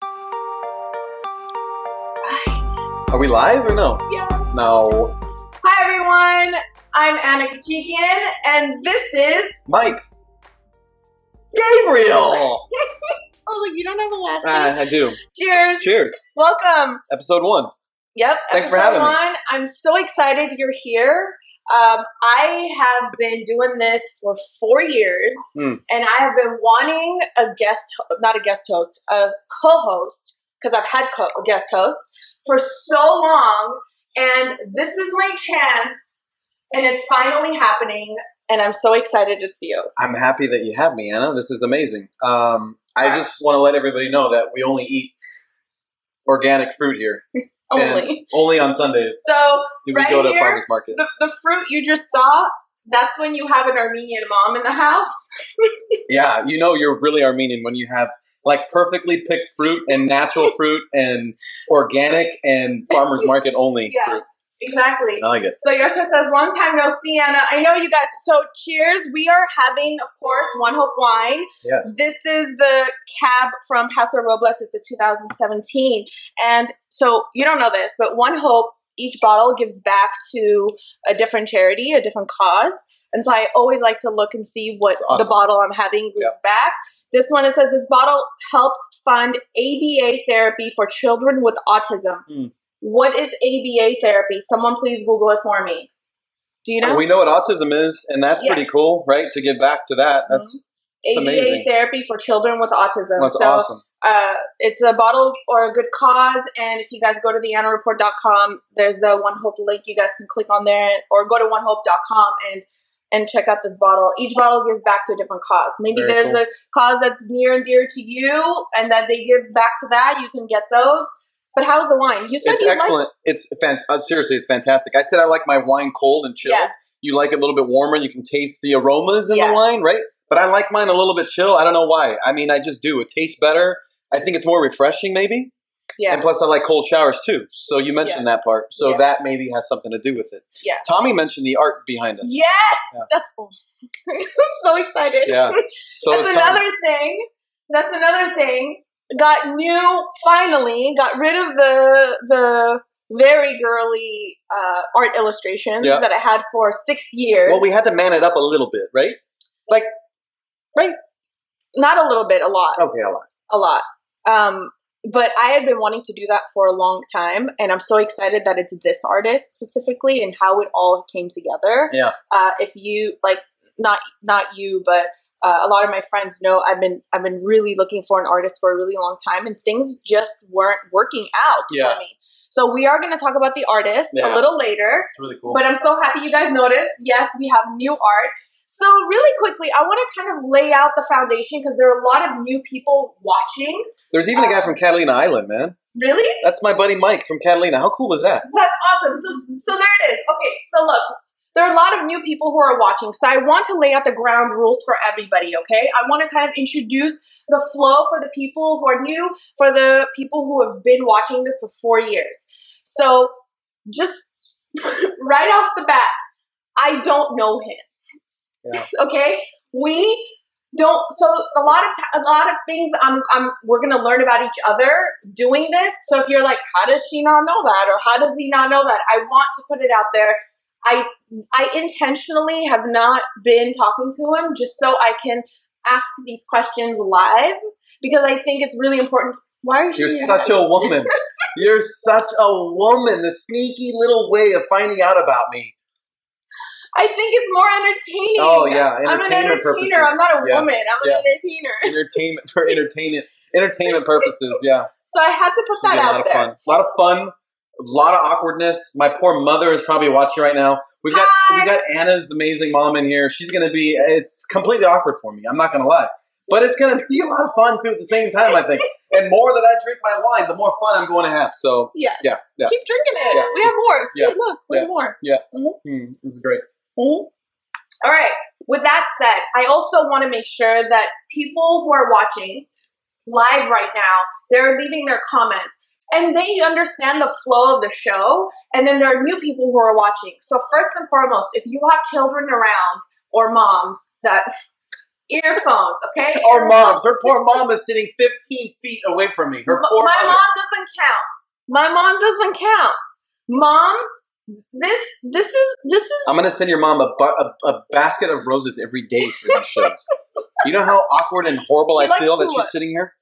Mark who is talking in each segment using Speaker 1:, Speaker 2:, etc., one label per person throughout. Speaker 1: Right.
Speaker 2: Are we live or no?
Speaker 1: Yes.
Speaker 2: No.
Speaker 1: Hi everyone. I'm Anna Kachikian, and this is.
Speaker 2: Mike. Gabriel.
Speaker 1: I was like, you don't have a last
Speaker 2: ah,
Speaker 1: name.
Speaker 2: I do.
Speaker 1: Cheers.
Speaker 2: Cheers.
Speaker 1: Welcome.
Speaker 2: Episode one.
Speaker 1: Yep.
Speaker 2: Thanks for
Speaker 1: episode
Speaker 2: having me.
Speaker 1: one. I'm so excited you're here. Um, I have been doing this for four years,
Speaker 2: Hmm.
Speaker 1: and I have been wanting a guest, ho- not a guest host, a co-host, because I've had co- guest hosts for so long, and this is my chance, and it's finally happening, and I'm so excited it's you.
Speaker 2: I'm happy that you have me, Anna. This is amazing. Um, I
Speaker 1: Right.
Speaker 2: just want to let everybody know that we only eat organic fruit here. And
Speaker 1: Only.
Speaker 2: only on Sundays
Speaker 1: So
Speaker 2: do we
Speaker 1: right
Speaker 2: go to
Speaker 1: here,
Speaker 2: farmers market.
Speaker 1: the, the fruit you just saw, that's when you have an Armenian mom in the house.
Speaker 2: yeah, you know you're really Armenian when you have like perfectly picked fruit and natural fruit and organic and farmers market only
Speaker 1: Yeah.
Speaker 2: fruit.
Speaker 1: Exactly.
Speaker 2: I like it.
Speaker 1: So Yosha says, long time no see, Anna. I know you guys. So cheers. We are having, of course, One Hope Wine.
Speaker 2: Yes.
Speaker 1: This is the cab from Paso Robles. It's a 2017. And so you don't know this, but One Hope, each bottle gives back to a different charity, a different cause. And so I always like to look and see what
Speaker 2: awesome.
Speaker 1: the bottle I'm having gives back. This one, it says, this bottle helps fund ABA therapy for children with autism.
Speaker 2: Hmm.
Speaker 1: What is ABA therapy? Someone please Google it for me. Do you know?
Speaker 2: Oh, We know what autism is, and that's pretty
Speaker 1: Yes. Mm-hmm.
Speaker 2: cool, right? To give back to that. That's it's
Speaker 1: ABA
Speaker 2: amazing.
Speaker 1: therapy for children with autism.
Speaker 2: that's
Speaker 1: so
Speaker 2: awesome.
Speaker 1: uh, it's a bottle for a good cause. And if you guys go to theannareport.com, there's the One Hope link. You guys can click on there or go to onehope.com and and check out this bottle. Each bottle gives back to a different cause. Maybe
Speaker 2: Very
Speaker 1: there's
Speaker 2: cool.
Speaker 1: a cause that's near and dear to you, and that they give back to that. You can get those. But how's the wine? You said
Speaker 2: It's
Speaker 1: you
Speaker 2: excellent. it's fant- uh, seriously, it's fantastic. I said I like my wine cold and chill.
Speaker 1: Like, yes.
Speaker 2: You like it a little bit warmer. You can taste the aromas in
Speaker 1: Yes.
Speaker 2: the wine, right? But I like mine a little bit chill. I don't know why. I mean, I just do. It tastes better. I think it's more refreshing, maybe.
Speaker 1: Yeah.
Speaker 2: And plus, I like cold showers too. So you mentioned that part. So
Speaker 1: Yeah.
Speaker 2: that maybe has something to do with it.
Speaker 1: Yeah.
Speaker 2: Tommy mentioned the art behind us.
Speaker 1: Yes.
Speaker 2: Yeah.
Speaker 1: That's oh. so excited.
Speaker 2: Yeah. So
Speaker 1: That's
Speaker 2: is Tommy.
Speaker 1: another thing. That's another thing. Got new finally. Got rid of the the very girly uh, art illustrations
Speaker 2: Yeah.
Speaker 1: that I had for six years.
Speaker 2: Well, we had to man it up a little bit, right?
Speaker 1: not a little bit, a lot,
Speaker 2: Okay, I lied.
Speaker 1: a lot. Um, but I had been wanting to do that for a long time, and I'm so excited that it's this artist specifically and how it all came together.
Speaker 2: Yeah.
Speaker 1: Uh, if you like, not not you, but uh, a lot of my friends know I've been I've been really looking for an artist for a really long time, and things just weren't working out
Speaker 2: Yeah.
Speaker 1: for me. So we are going to talk about the artist
Speaker 2: Yeah.
Speaker 1: a little later,
Speaker 2: It's really cool.
Speaker 1: but I'm so happy you guys noticed. Yes, we have new art. So really quickly, I want to kind of lay out the foundation because there are a lot of new people watching.
Speaker 2: There's even a
Speaker 1: uh,
Speaker 2: guy from Catalina Island, man.
Speaker 1: Really,
Speaker 2: That's my buddy Mike from Catalina. How cool is that?
Speaker 1: That's awesome. So, so there it is. Okay, so look, there are a lot of new people who are watching. So I want to lay out the ground rules for everybody. Okay, I want to kind of introduce the flow for the people who are new, for the people who have been watching this for four years. So just right off the bat, I don't know him.
Speaker 2: Yeah.
Speaker 1: okay, we don't. So a lot of ti- a lot of things. I'm, I'm we're gonna learn about each other doing this. So if you're like, how does she not know that, or how does he not know that? I want to put it out there. I I intentionally have not been talking to him just so I can ask these questions live because I think it's really important. Why are you?
Speaker 2: You're
Speaker 1: shaking your
Speaker 2: such
Speaker 1: head?
Speaker 2: a woman. You're such a woman. The sneaky little way of finding out about me.
Speaker 1: I think it's more entertaining.
Speaker 2: Oh, yeah,
Speaker 1: I'm an entertainer.
Speaker 2: entertainment purposes.
Speaker 1: I'm not a
Speaker 2: Yeah.
Speaker 1: woman. I'm
Speaker 2: Yeah.
Speaker 1: an entertainer.
Speaker 2: Entertainment for entertainment entertainment purposes. Yeah,
Speaker 1: So I had to put
Speaker 2: It's
Speaker 1: that
Speaker 2: been a lot
Speaker 1: out
Speaker 2: of
Speaker 1: there.
Speaker 2: fun. A lot of fun. A lot of awkwardness. My poor mother is probably watching right now. We've got
Speaker 1: Hi.
Speaker 2: we got Anna's amazing mom in here. She's gonna be. It's completely awkward for me. I'm not gonna lie. But it's going to be a lot of fun too at the same time, I think. And more that I drink my wine, the more fun I'm going to have. So,
Speaker 1: Yeah.
Speaker 2: yeah, yeah.
Speaker 1: Keep drinking it.
Speaker 2: Yeah.
Speaker 1: we have more. See,
Speaker 2: Yeah.
Speaker 1: look, we have
Speaker 2: Yeah.
Speaker 1: more.
Speaker 2: Mm, this is great.
Speaker 1: Mhm. All right. With that said, I also want to make sure that people who are watching live right now, they're leaving their comments and they understand the flow of the show. And then there are new people who are watching. So, first and foremost, if you have children around or moms that earphones, okay?
Speaker 2: Our moms, her poor mom is sitting 15 feet away from me. Her
Speaker 1: M-
Speaker 2: poor
Speaker 1: my
Speaker 2: mother.
Speaker 1: mom doesn't count. My mom doesn't count. Mom, this this is this is
Speaker 2: I'm gonna send your mom a, bu- a, a basket of roses every day for these shows. you know how awkward and horrible
Speaker 1: She
Speaker 2: I
Speaker 1: likes
Speaker 2: feel that
Speaker 1: tulips.
Speaker 2: she's sitting here.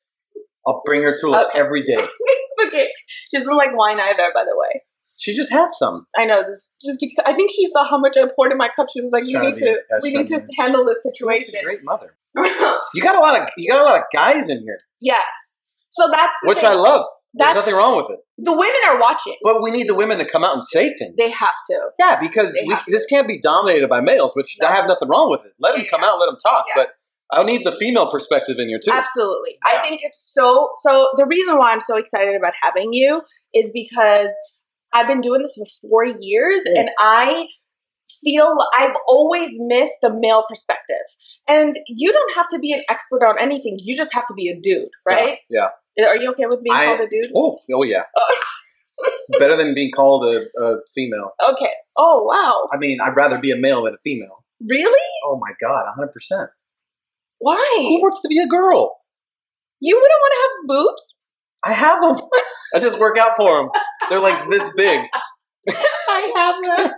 Speaker 2: I'll bring her tulips
Speaker 1: Okay.
Speaker 2: every day.
Speaker 1: okay. She doesn't like wine either, by the way.
Speaker 2: She just had some.
Speaker 1: I know. Just, just because I think she saw how much I poured in my cup. She was like,
Speaker 2: She's
Speaker 1: "We
Speaker 2: trying
Speaker 1: need
Speaker 2: to be-
Speaker 1: to,
Speaker 2: yeah,
Speaker 1: we
Speaker 2: she's
Speaker 1: need to
Speaker 2: trying to
Speaker 1: handle this
Speaker 2: She's a
Speaker 1: situation."
Speaker 2: great mother. You got a lot of you got a lot of guys in here,
Speaker 1: yes. So that's the
Speaker 2: which
Speaker 1: thing.
Speaker 2: I love.
Speaker 1: That's-
Speaker 2: There's nothing wrong with it.
Speaker 1: the women are watching.
Speaker 2: But we need the women to come out and say things.
Speaker 1: They have to.
Speaker 2: yeah, because
Speaker 1: they
Speaker 2: we,
Speaker 1: have to.
Speaker 2: this can't be dominated by males, which I have nothing wrong with it. Let them
Speaker 1: Yeah,
Speaker 2: come out, let them talk.
Speaker 1: Yeah.
Speaker 2: But I need the female perspective in here too.
Speaker 1: Absolutely.
Speaker 2: Yeah.
Speaker 1: I think it's so. So the reason why I'm so excited about having you is because I've been doing this for four years,
Speaker 2: Mm.
Speaker 1: and I feel I've always missed the male perspective. And you don't have to be an expert on anything. You just have to be a dude, right?
Speaker 2: Yeah. yeah.
Speaker 1: Are you okay with being
Speaker 2: I-
Speaker 1: called a dude?
Speaker 2: Oh, oh yeah. Better than being called a, a female.
Speaker 1: Okay. Oh wow.
Speaker 2: I mean, I'd rather be a male than a female.
Speaker 1: Really?
Speaker 2: Oh my god, 100%. Who
Speaker 1: Why?
Speaker 2: wants to be a girl?
Speaker 1: You wouldn't want to have boobs?
Speaker 2: I have them. I just work out for them. They're like this big.
Speaker 1: I have them.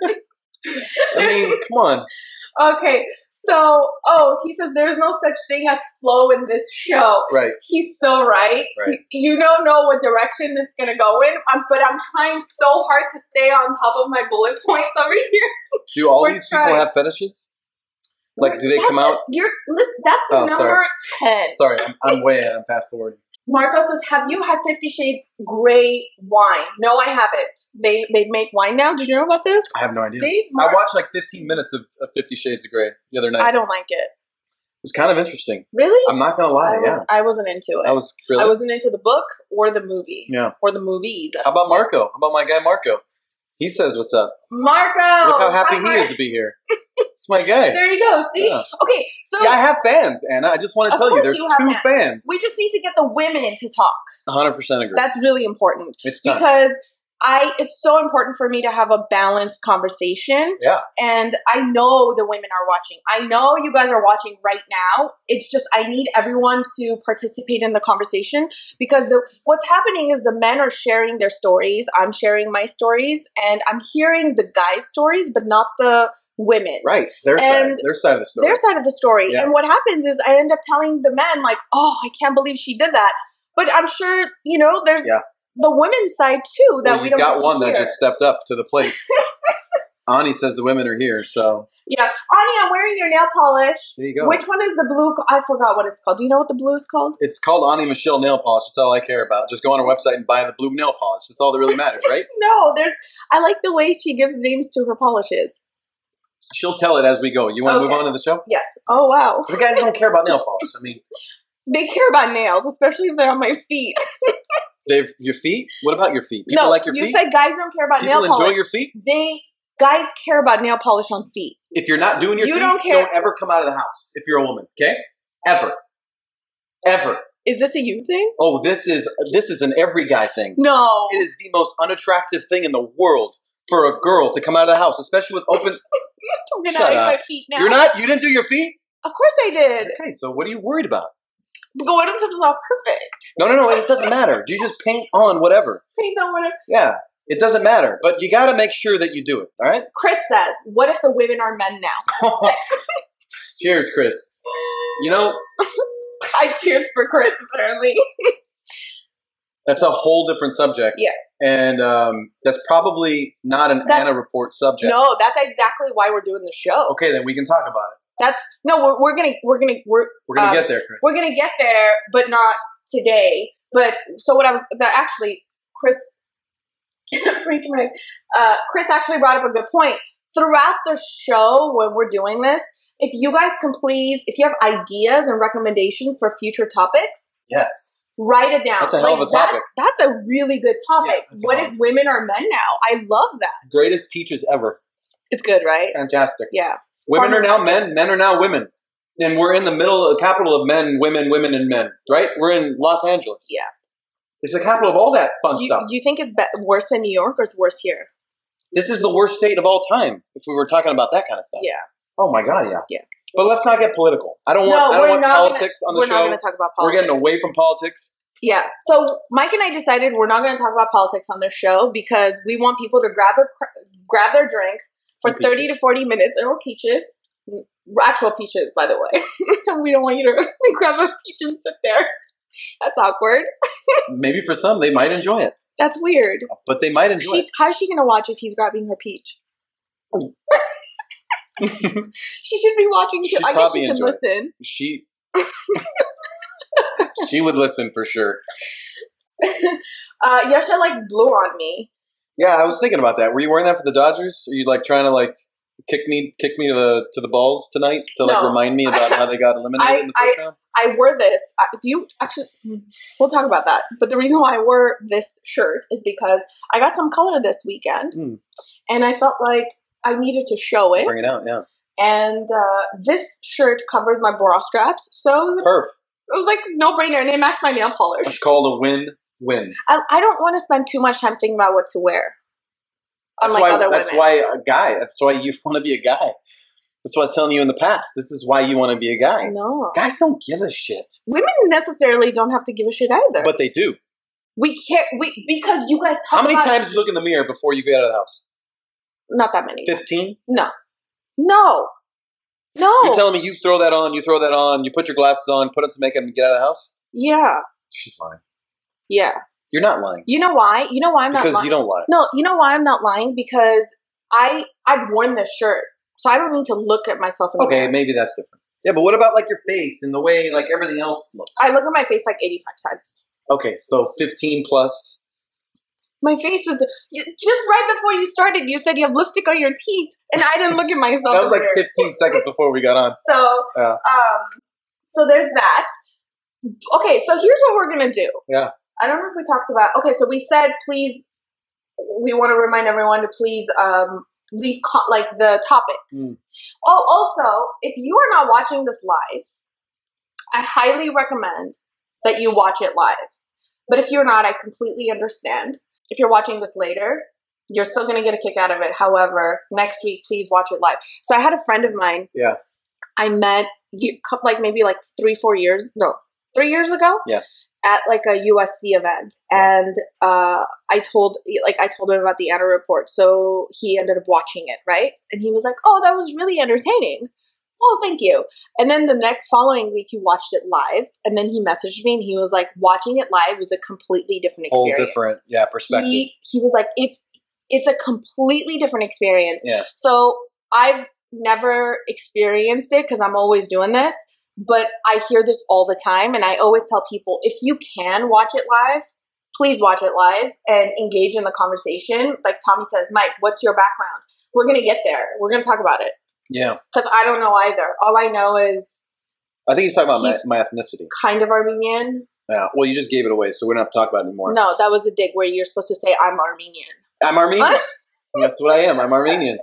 Speaker 2: I mean, come on.
Speaker 1: Okay. So, oh, he says there's no such thing as flow in this show.
Speaker 2: Right.
Speaker 1: He's so right.
Speaker 2: Right.
Speaker 1: He- you don't know what direction it's going to go in, um, but I'm trying so hard to stay on top of my bullet points over here.
Speaker 2: Do all
Speaker 1: We're
Speaker 2: these people
Speaker 1: trying.
Speaker 2: have fetishes? Like, do they
Speaker 1: That's
Speaker 2: come
Speaker 1: a-
Speaker 2: out?
Speaker 1: You're, listen, that's a
Speaker 2: Oh,
Speaker 1: number
Speaker 2: sorry.
Speaker 1: 10.
Speaker 2: Sorry, I'm, I'm way ahead. I'm fast forwarding.
Speaker 1: Marco says, have you had Fifty Shades Grey wine? No, I haven't. They, they make wine now. Did you know about this?
Speaker 2: I have no idea.
Speaker 1: See?
Speaker 2: I
Speaker 1: Mar-
Speaker 2: watched like 15 minutes of, of Fifty Shades of Grey the other night.
Speaker 1: I
Speaker 2: it
Speaker 1: don't like it.
Speaker 2: was kind of interesting.
Speaker 1: Really?
Speaker 2: I'm not gonna lie.
Speaker 1: I,
Speaker 2: yeah,
Speaker 1: wasn't, I wasn't into it.
Speaker 2: I was really.
Speaker 1: I wasn't into the book or the movie
Speaker 2: yeah.
Speaker 1: or the movies.
Speaker 2: How about Marco? How about my guy Marco? He says, "What's up?"
Speaker 1: Marco?
Speaker 2: Look how happy
Speaker 1: Hi,
Speaker 2: he
Speaker 1: Marco.
Speaker 2: is to be here. It's my guy.
Speaker 1: There you go. See?
Speaker 2: Yeah.
Speaker 1: Okay, so
Speaker 2: See, I have fans, Anna. I just want to
Speaker 1: Of
Speaker 2: tell you,
Speaker 1: course
Speaker 2: there's
Speaker 1: you have
Speaker 2: two fans.
Speaker 1: we just need to get the women to talk.
Speaker 2: 100 percent agree.
Speaker 1: That's really important
Speaker 2: it's time.
Speaker 1: because I it's so important for me to have a balanced conversation
Speaker 2: yeah,
Speaker 1: and I know the women are watching. I know you guys are watching right now. It's just I need everyone to participate in the conversation because the what's happening is the men are sharing their stories. I'm sharing my stories, and I'm hearing the guys' stories, but not the women.
Speaker 2: right. Their side,
Speaker 1: And
Speaker 2: their side of the story.
Speaker 1: Their side of the story.
Speaker 2: Yeah.
Speaker 1: And what happens is I end up telling the men like, "Oh, I can't believe she did that." But I'm sure you know there's
Speaker 2: Yeah.
Speaker 1: the women's side too that
Speaker 2: well,
Speaker 1: we
Speaker 2: you
Speaker 1: don't
Speaker 2: got
Speaker 1: get to
Speaker 2: one that
Speaker 1: hear.
Speaker 2: just stepped up to the plate. Ani says the women are here, so
Speaker 1: yeah. Anya, I'm wearing your nail polish.
Speaker 2: there you go.
Speaker 1: Which one is the blue? co- I forgot what it's called. Do you know what the blue is called?
Speaker 2: It's called Ani Michelle Nail Polish. That's all I care about. Just go on our website and buy the blue nail polish. That's all that really matters, right?
Speaker 1: No, there's. I like the way she gives names to her polishes.
Speaker 2: She'll tell it as we go. You want to
Speaker 1: Okay.
Speaker 2: move on to the show?
Speaker 1: Yes. Oh wow.
Speaker 2: The guys don't care about nail polish. I mean,
Speaker 1: They care about nails, especially if they're on my feet.
Speaker 2: they've your feet. What about your feet? People
Speaker 1: no,
Speaker 2: like your
Speaker 1: you
Speaker 2: feet.
Speaker 1: said guys don't care about
Speaker 2: People
Speaker 1: nail
Speaker 2: enjoy
Speaker 1: polish.
Speaker 2: your feet.
Speaker 1: they guys care about nail polish on feet.
Speaker 2: If you're not doing your
Speaker 1: You
Speaker 2: feet,
Speaker 1: don't care.
Speaker 2: don't ever come out of the house. If you're a woman, okay? Ever, ever.
Speaker 1: Is this a you thing?
Speaker 2: Oh, this is this is an every guy thing.
Speaker 1: No.
Speaker 2: It is the most unattractive thing in the world for a girl to come out of the house, especially with open.
Speaker 1: I'm gonna
Speaker 2: Shut
Speaker 1: hide
Speaker 2: up.
Speaker 1: my feet now.
Speaker 2: You're not. You didn't do your feet.
Speaker 1: Of course I did.
Speaker 2: Okay, so what are you worried about?
Speaker 1: But it doesn't look perfect.
Speaker 2: No, no, no. It doesn't matter. You just paint on whatever.
Speaker 1: Paint on whatever.
Speaker 2: Yeah, it doesn't matter. But you got to make sure that you do it. All right.
Speaker 1: Chris says, "What if the women are men now?"
Speaker 2: Cheers, Chris. You know
Speaker 1: I cheers for Chris. Apparently,
Speaker 2: that's a whole different subject.
Speaker 1: Yeah.
Speaker 2: And um, that's probably not an
Speaker 1: That's-
Speaker 2: Anna report subject.
Speaker 1: no. That's exactly why we're doing the show.
Speaker 2: Okay, then we can talk about it.
Speaker 1: That's no. We're, we're gonna we're gonna we're
Speaker 2: We're gonna
Speaker 1: Um,
Speaker 2: get there, Chris.
Speaker 1: we're gonna get there, but not today. But so what I was that actually Chris preach my uh, Chris actually brought up a good point throughout the show when we're doing this. if you guys can please, if you have ideas and recommendations for future topics,
Speaker 2: Yes.
Speaker 1: write it down.
Speaker 2: That's a hell of a topic.
Speaker 1: That's, that's a really good topic.
Speaker 2: Yeah, that's
Speaker 1: what
Speaker 2: a
Speaker 1: if women are men now? I love that.
Speaker 2: Greatest peaches ever.
Speaker 1: It's good, right?
Speaker 2: Fantastic.
Speaker 1: Yeah.
Speaker 2: Women are
Speaker 1: Farmers
Speaker 2: now
Speaker 1: market.
Speaker 2: men, men are now women. And we're in the middle, the capital of men, women, women, and men, right? We're in Los Angeles.
Speaker 1: Yeah.
Speaker 2: It's the capital of all that fun
Speaker 1: You,
Speaker 2: stuff.
Speaker 1: you think it's be- worse in New York or it's worse here?
Speaker 2: this is the worst state of all time if we were talking about that kind of stuff.
Speaker 1: Yeah.
Speaker 2: Oh my God, yeah.
Speaker 1: Yeah.
Speaker 2: But let's not get political. I don't want, I don't want politics
Speaker 1: gonna,
Speaker 2: on the
Speaker 1: We're
Speaker 2: show.
Speaker 1: not going to talk about politics.
Speaker 2: We're getting away from politics.
Speaker 1: Yeah. So Mike and I decided we're not going to talk about politics on this show because we want people to grab a cr- grab their drink for
Speaker 2: And
Speaker 1: thirty to
Speaker 2: peaches.
Speaker 1: forty minutes, and or peaches, Mm, actual peaches, by the way. we don't want you to grab a peach and sit there. That's awkward.
Speaker 2: Maybe for some, they might enjoy it,
Speaker 1: That's weird.
Speaker 2: but they might enjoy
Speaker 1: She,
Speaker 2: it.
Speaker 1: how is she going to watch if he's grabbing her peach? she should be watching too.
Speaker 2: She'd
Speaker 1: I guess
Speaker 2: probably
Speaker 1: she can
Speaker 2: enjoy it.
Speaker 1: listen.
Speaker 2: She. she would listen for sure.
Speaker 1: Uh, Yasha likes blue on me.
Speaker 2: Yeah, I was thinking about that. Were you wearing that for the Dodgers? Are you like trying to like kick me, kick me to the to the balls tonight to like
Speaker 1: No.
Speaker 2: remind me about how they got eliminated in the
Speaker 1: I-
Speaker 2: first round?
Speaker 1: I wore this. I, do you actually? mm, We'll talk about that. But the reason why I wore this shirt is because I got some color this weekend,
Speaker 2: Mm.
Speaker 1: and I felt like I needed to show it.
Speaker 2: Bring it out, yeah.
Speaker 1: And uh, this shirt covers my bra straps, so it
Speaker 2: Perf.
Speaker 1: was like no brainer, and it matched my nail
Speaker 2: It's
Speaker 1: polish.
Speaker 2: called a win-win.
Speaker 1: I, I don't want to spend too much time thinking about what to wear.
Speaker 2: That's
Speaker 1: Unlike
Speaker 2: why.
Speaker 1: other
Speaker 2: that's
Speaker 1: women.
Speaker 2: why a guy. That's why you want to be a guy. That's what I was telling you in the past. This is why you want to be a guy.
Speaker 1: no,
Speaker 2: Guys don't give a shit,
Speaker 1: women necessarily don't have to give a shit either.
Speaker 2: but they do.
Speaker 1: we can't. We because you guys talk
Speaker 2: How many
Speaker 1: about-
Speaker 2: times you look in the mirror before you get out of the house?
Speaker 1: Not that many.
Speaker 2: 15
Speaker 1: No, no, no.
Speaker 2: You're telling me you throw that on, you throw that on, you put your glasses on, put on some makeup, and get out of the house?
Speaker 1: Yeah,
Speaker 2: She's lying.
Speaker 1: yeah.
Speaker 2: You're not lying
Speaker 1: You know why? You know why I'm
Speaker 2: because
Speaker 1: not lying?
Speaker 2: you don't lie.
Speaker 1: no, you know why I'm not lying because I I've worn this shirt, so I don't need to look at myself in the
Speaker 2: Okay,
Speaker 1: mirror.
Speaker 2: maybe that's different. Yeah, but what about like your face and the way like everything else looks?
Speaker 1: I look at my face like 85 times.
Speaker 2: Okay, so 15 plus.
Speaker 1: My face is you- just right before you started. You said you have lipstick on your teeth, and I didn't look at myself.
Speaker 2: That was
Speaker 1: in the
Speaker 2: like
Speaker 1: mirror.
Speaker 2: 15 seconds before we got on.
Speaker 1: So,
Speaker 2: Yeah.
Speaker 1: um, so there's that. Okay, so here's what we're gonna do.
Speaker 2: Yeah.
Speaker 1: I don't know if we talked about. Okay, so we said please. We want to remind everyone to please um, leave co- like the topic.
Speaker 2: Mm.
Speaker 1: Oh, also, if you are not watching this live, I highly recommend that you watch it live. But if you're not, I completely understand. If you're watching this later, you're still going to get a kick out of it. However, next week, please watch it live. So I had a friend of mine
Speaker 2: Yeah.
Speaker 1: I met you cou- like maybe like three, four years, no, three years ago.
Speaker 2: Yeah.
Speaker 1: At like a USC event, and uh, I told like I told him about the Anna report, so he ended up watching it, right? And he was like, "Oh, that was really entertaining." Oh, thank you. And then the next following week, he watched it live, and then he messaged me, and he was like, "Watching it live was a completely different
Speaker 2: Whole
Speaker 1: experience."
Speaker 2: different, yeah, perspective.
Speaker 1: He, he was like, it's it's a completely different experience.
Speaker 2: Yeah.
Speaker 1: So I've never experienced it because I'm always doing this, but I hear this all the time, and I always tell people if you can watch it live, please watch it live and engage in the conversation. Like Tommy says, Mike, what's your background? We're gonna get there. We're gonna talk about it
Speaker 2: yeah,
Speaker 1: because I don't know either. All I know is
Speaker 2: I think he's talking about my,
Speaker 1: He's-
Speaker 2: my ethnicity.
Speaker 1: kind of Armenian.
Speaker 2: Yeah, well, you just gave it away, so we don't have to talk about it anymore.
Speaker 1: No, that was a dig where you're supposed to say I'm Armenian.
Speaker 2: I'm Armenian. That's what I am. I'm Armenian.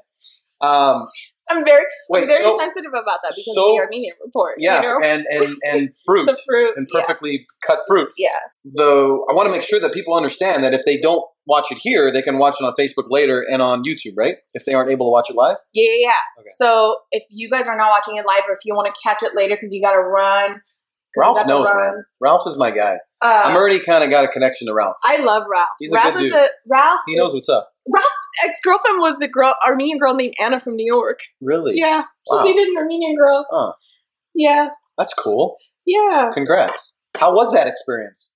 Speaker 2: Um,
Speaker 1: I'm very
Speaker 2: wait,
Speaker 1: I'm very
Speaker 2: so
Speaker 1: sensitive about that because
Speaker 2: so-
Speaker 1: of the Armenian report. you
Speaker 2: yeah,
Speaker 1: know?
Speaker 2: and and and fruit
Speaker 1: the fruit.
Speaker 2: and perfectly cut fruit.
Speaker 1: Yeah,
Speaker 2: Though I want to make sure that people understand that if they don't watch it here, they can watch it on Facebook later and on YouTube, right? If they aren't able to watch it live,
Speaker 1: yeah, yeah. yeah, yeah.
Speaker 2: Okay.
Speaker 1: So if you guys are not watching it live, or if you want to catch it later because you got to run, 'cause you
Speaker 2: Ralph
Speaker 1: got the
Speaker 2: knows, man.
Speaker 1: runs.
Speaker 2: Ralph is my guy. I'm
Speaker 1: Uh,
Speaker 2: already kind of got a connection to Ralph.
Speaker 1: I love Ralph.
Speaker 2: He's a
Speaker 1: Ralph
Speaker 2: good
Speaker 1: is
Speaker 2: dude.
Speaker 1: a Ralph.
Speaker 2: He knows what's up.
Speaker 1: Ex girlfriend was a girl Armenian girl named Anna from New York.
Speaker 2: Really?
Speaker 1: Yeah,
Speaker 2: Wow.
Speaker 1: he dated an Armenian girl.
Speaker 2: Huh.
Speaker 1: Yeah,
Speaker 2: That's cool.
Speaker 1: yeah.
Speaker 2: Congrats. How was that experience?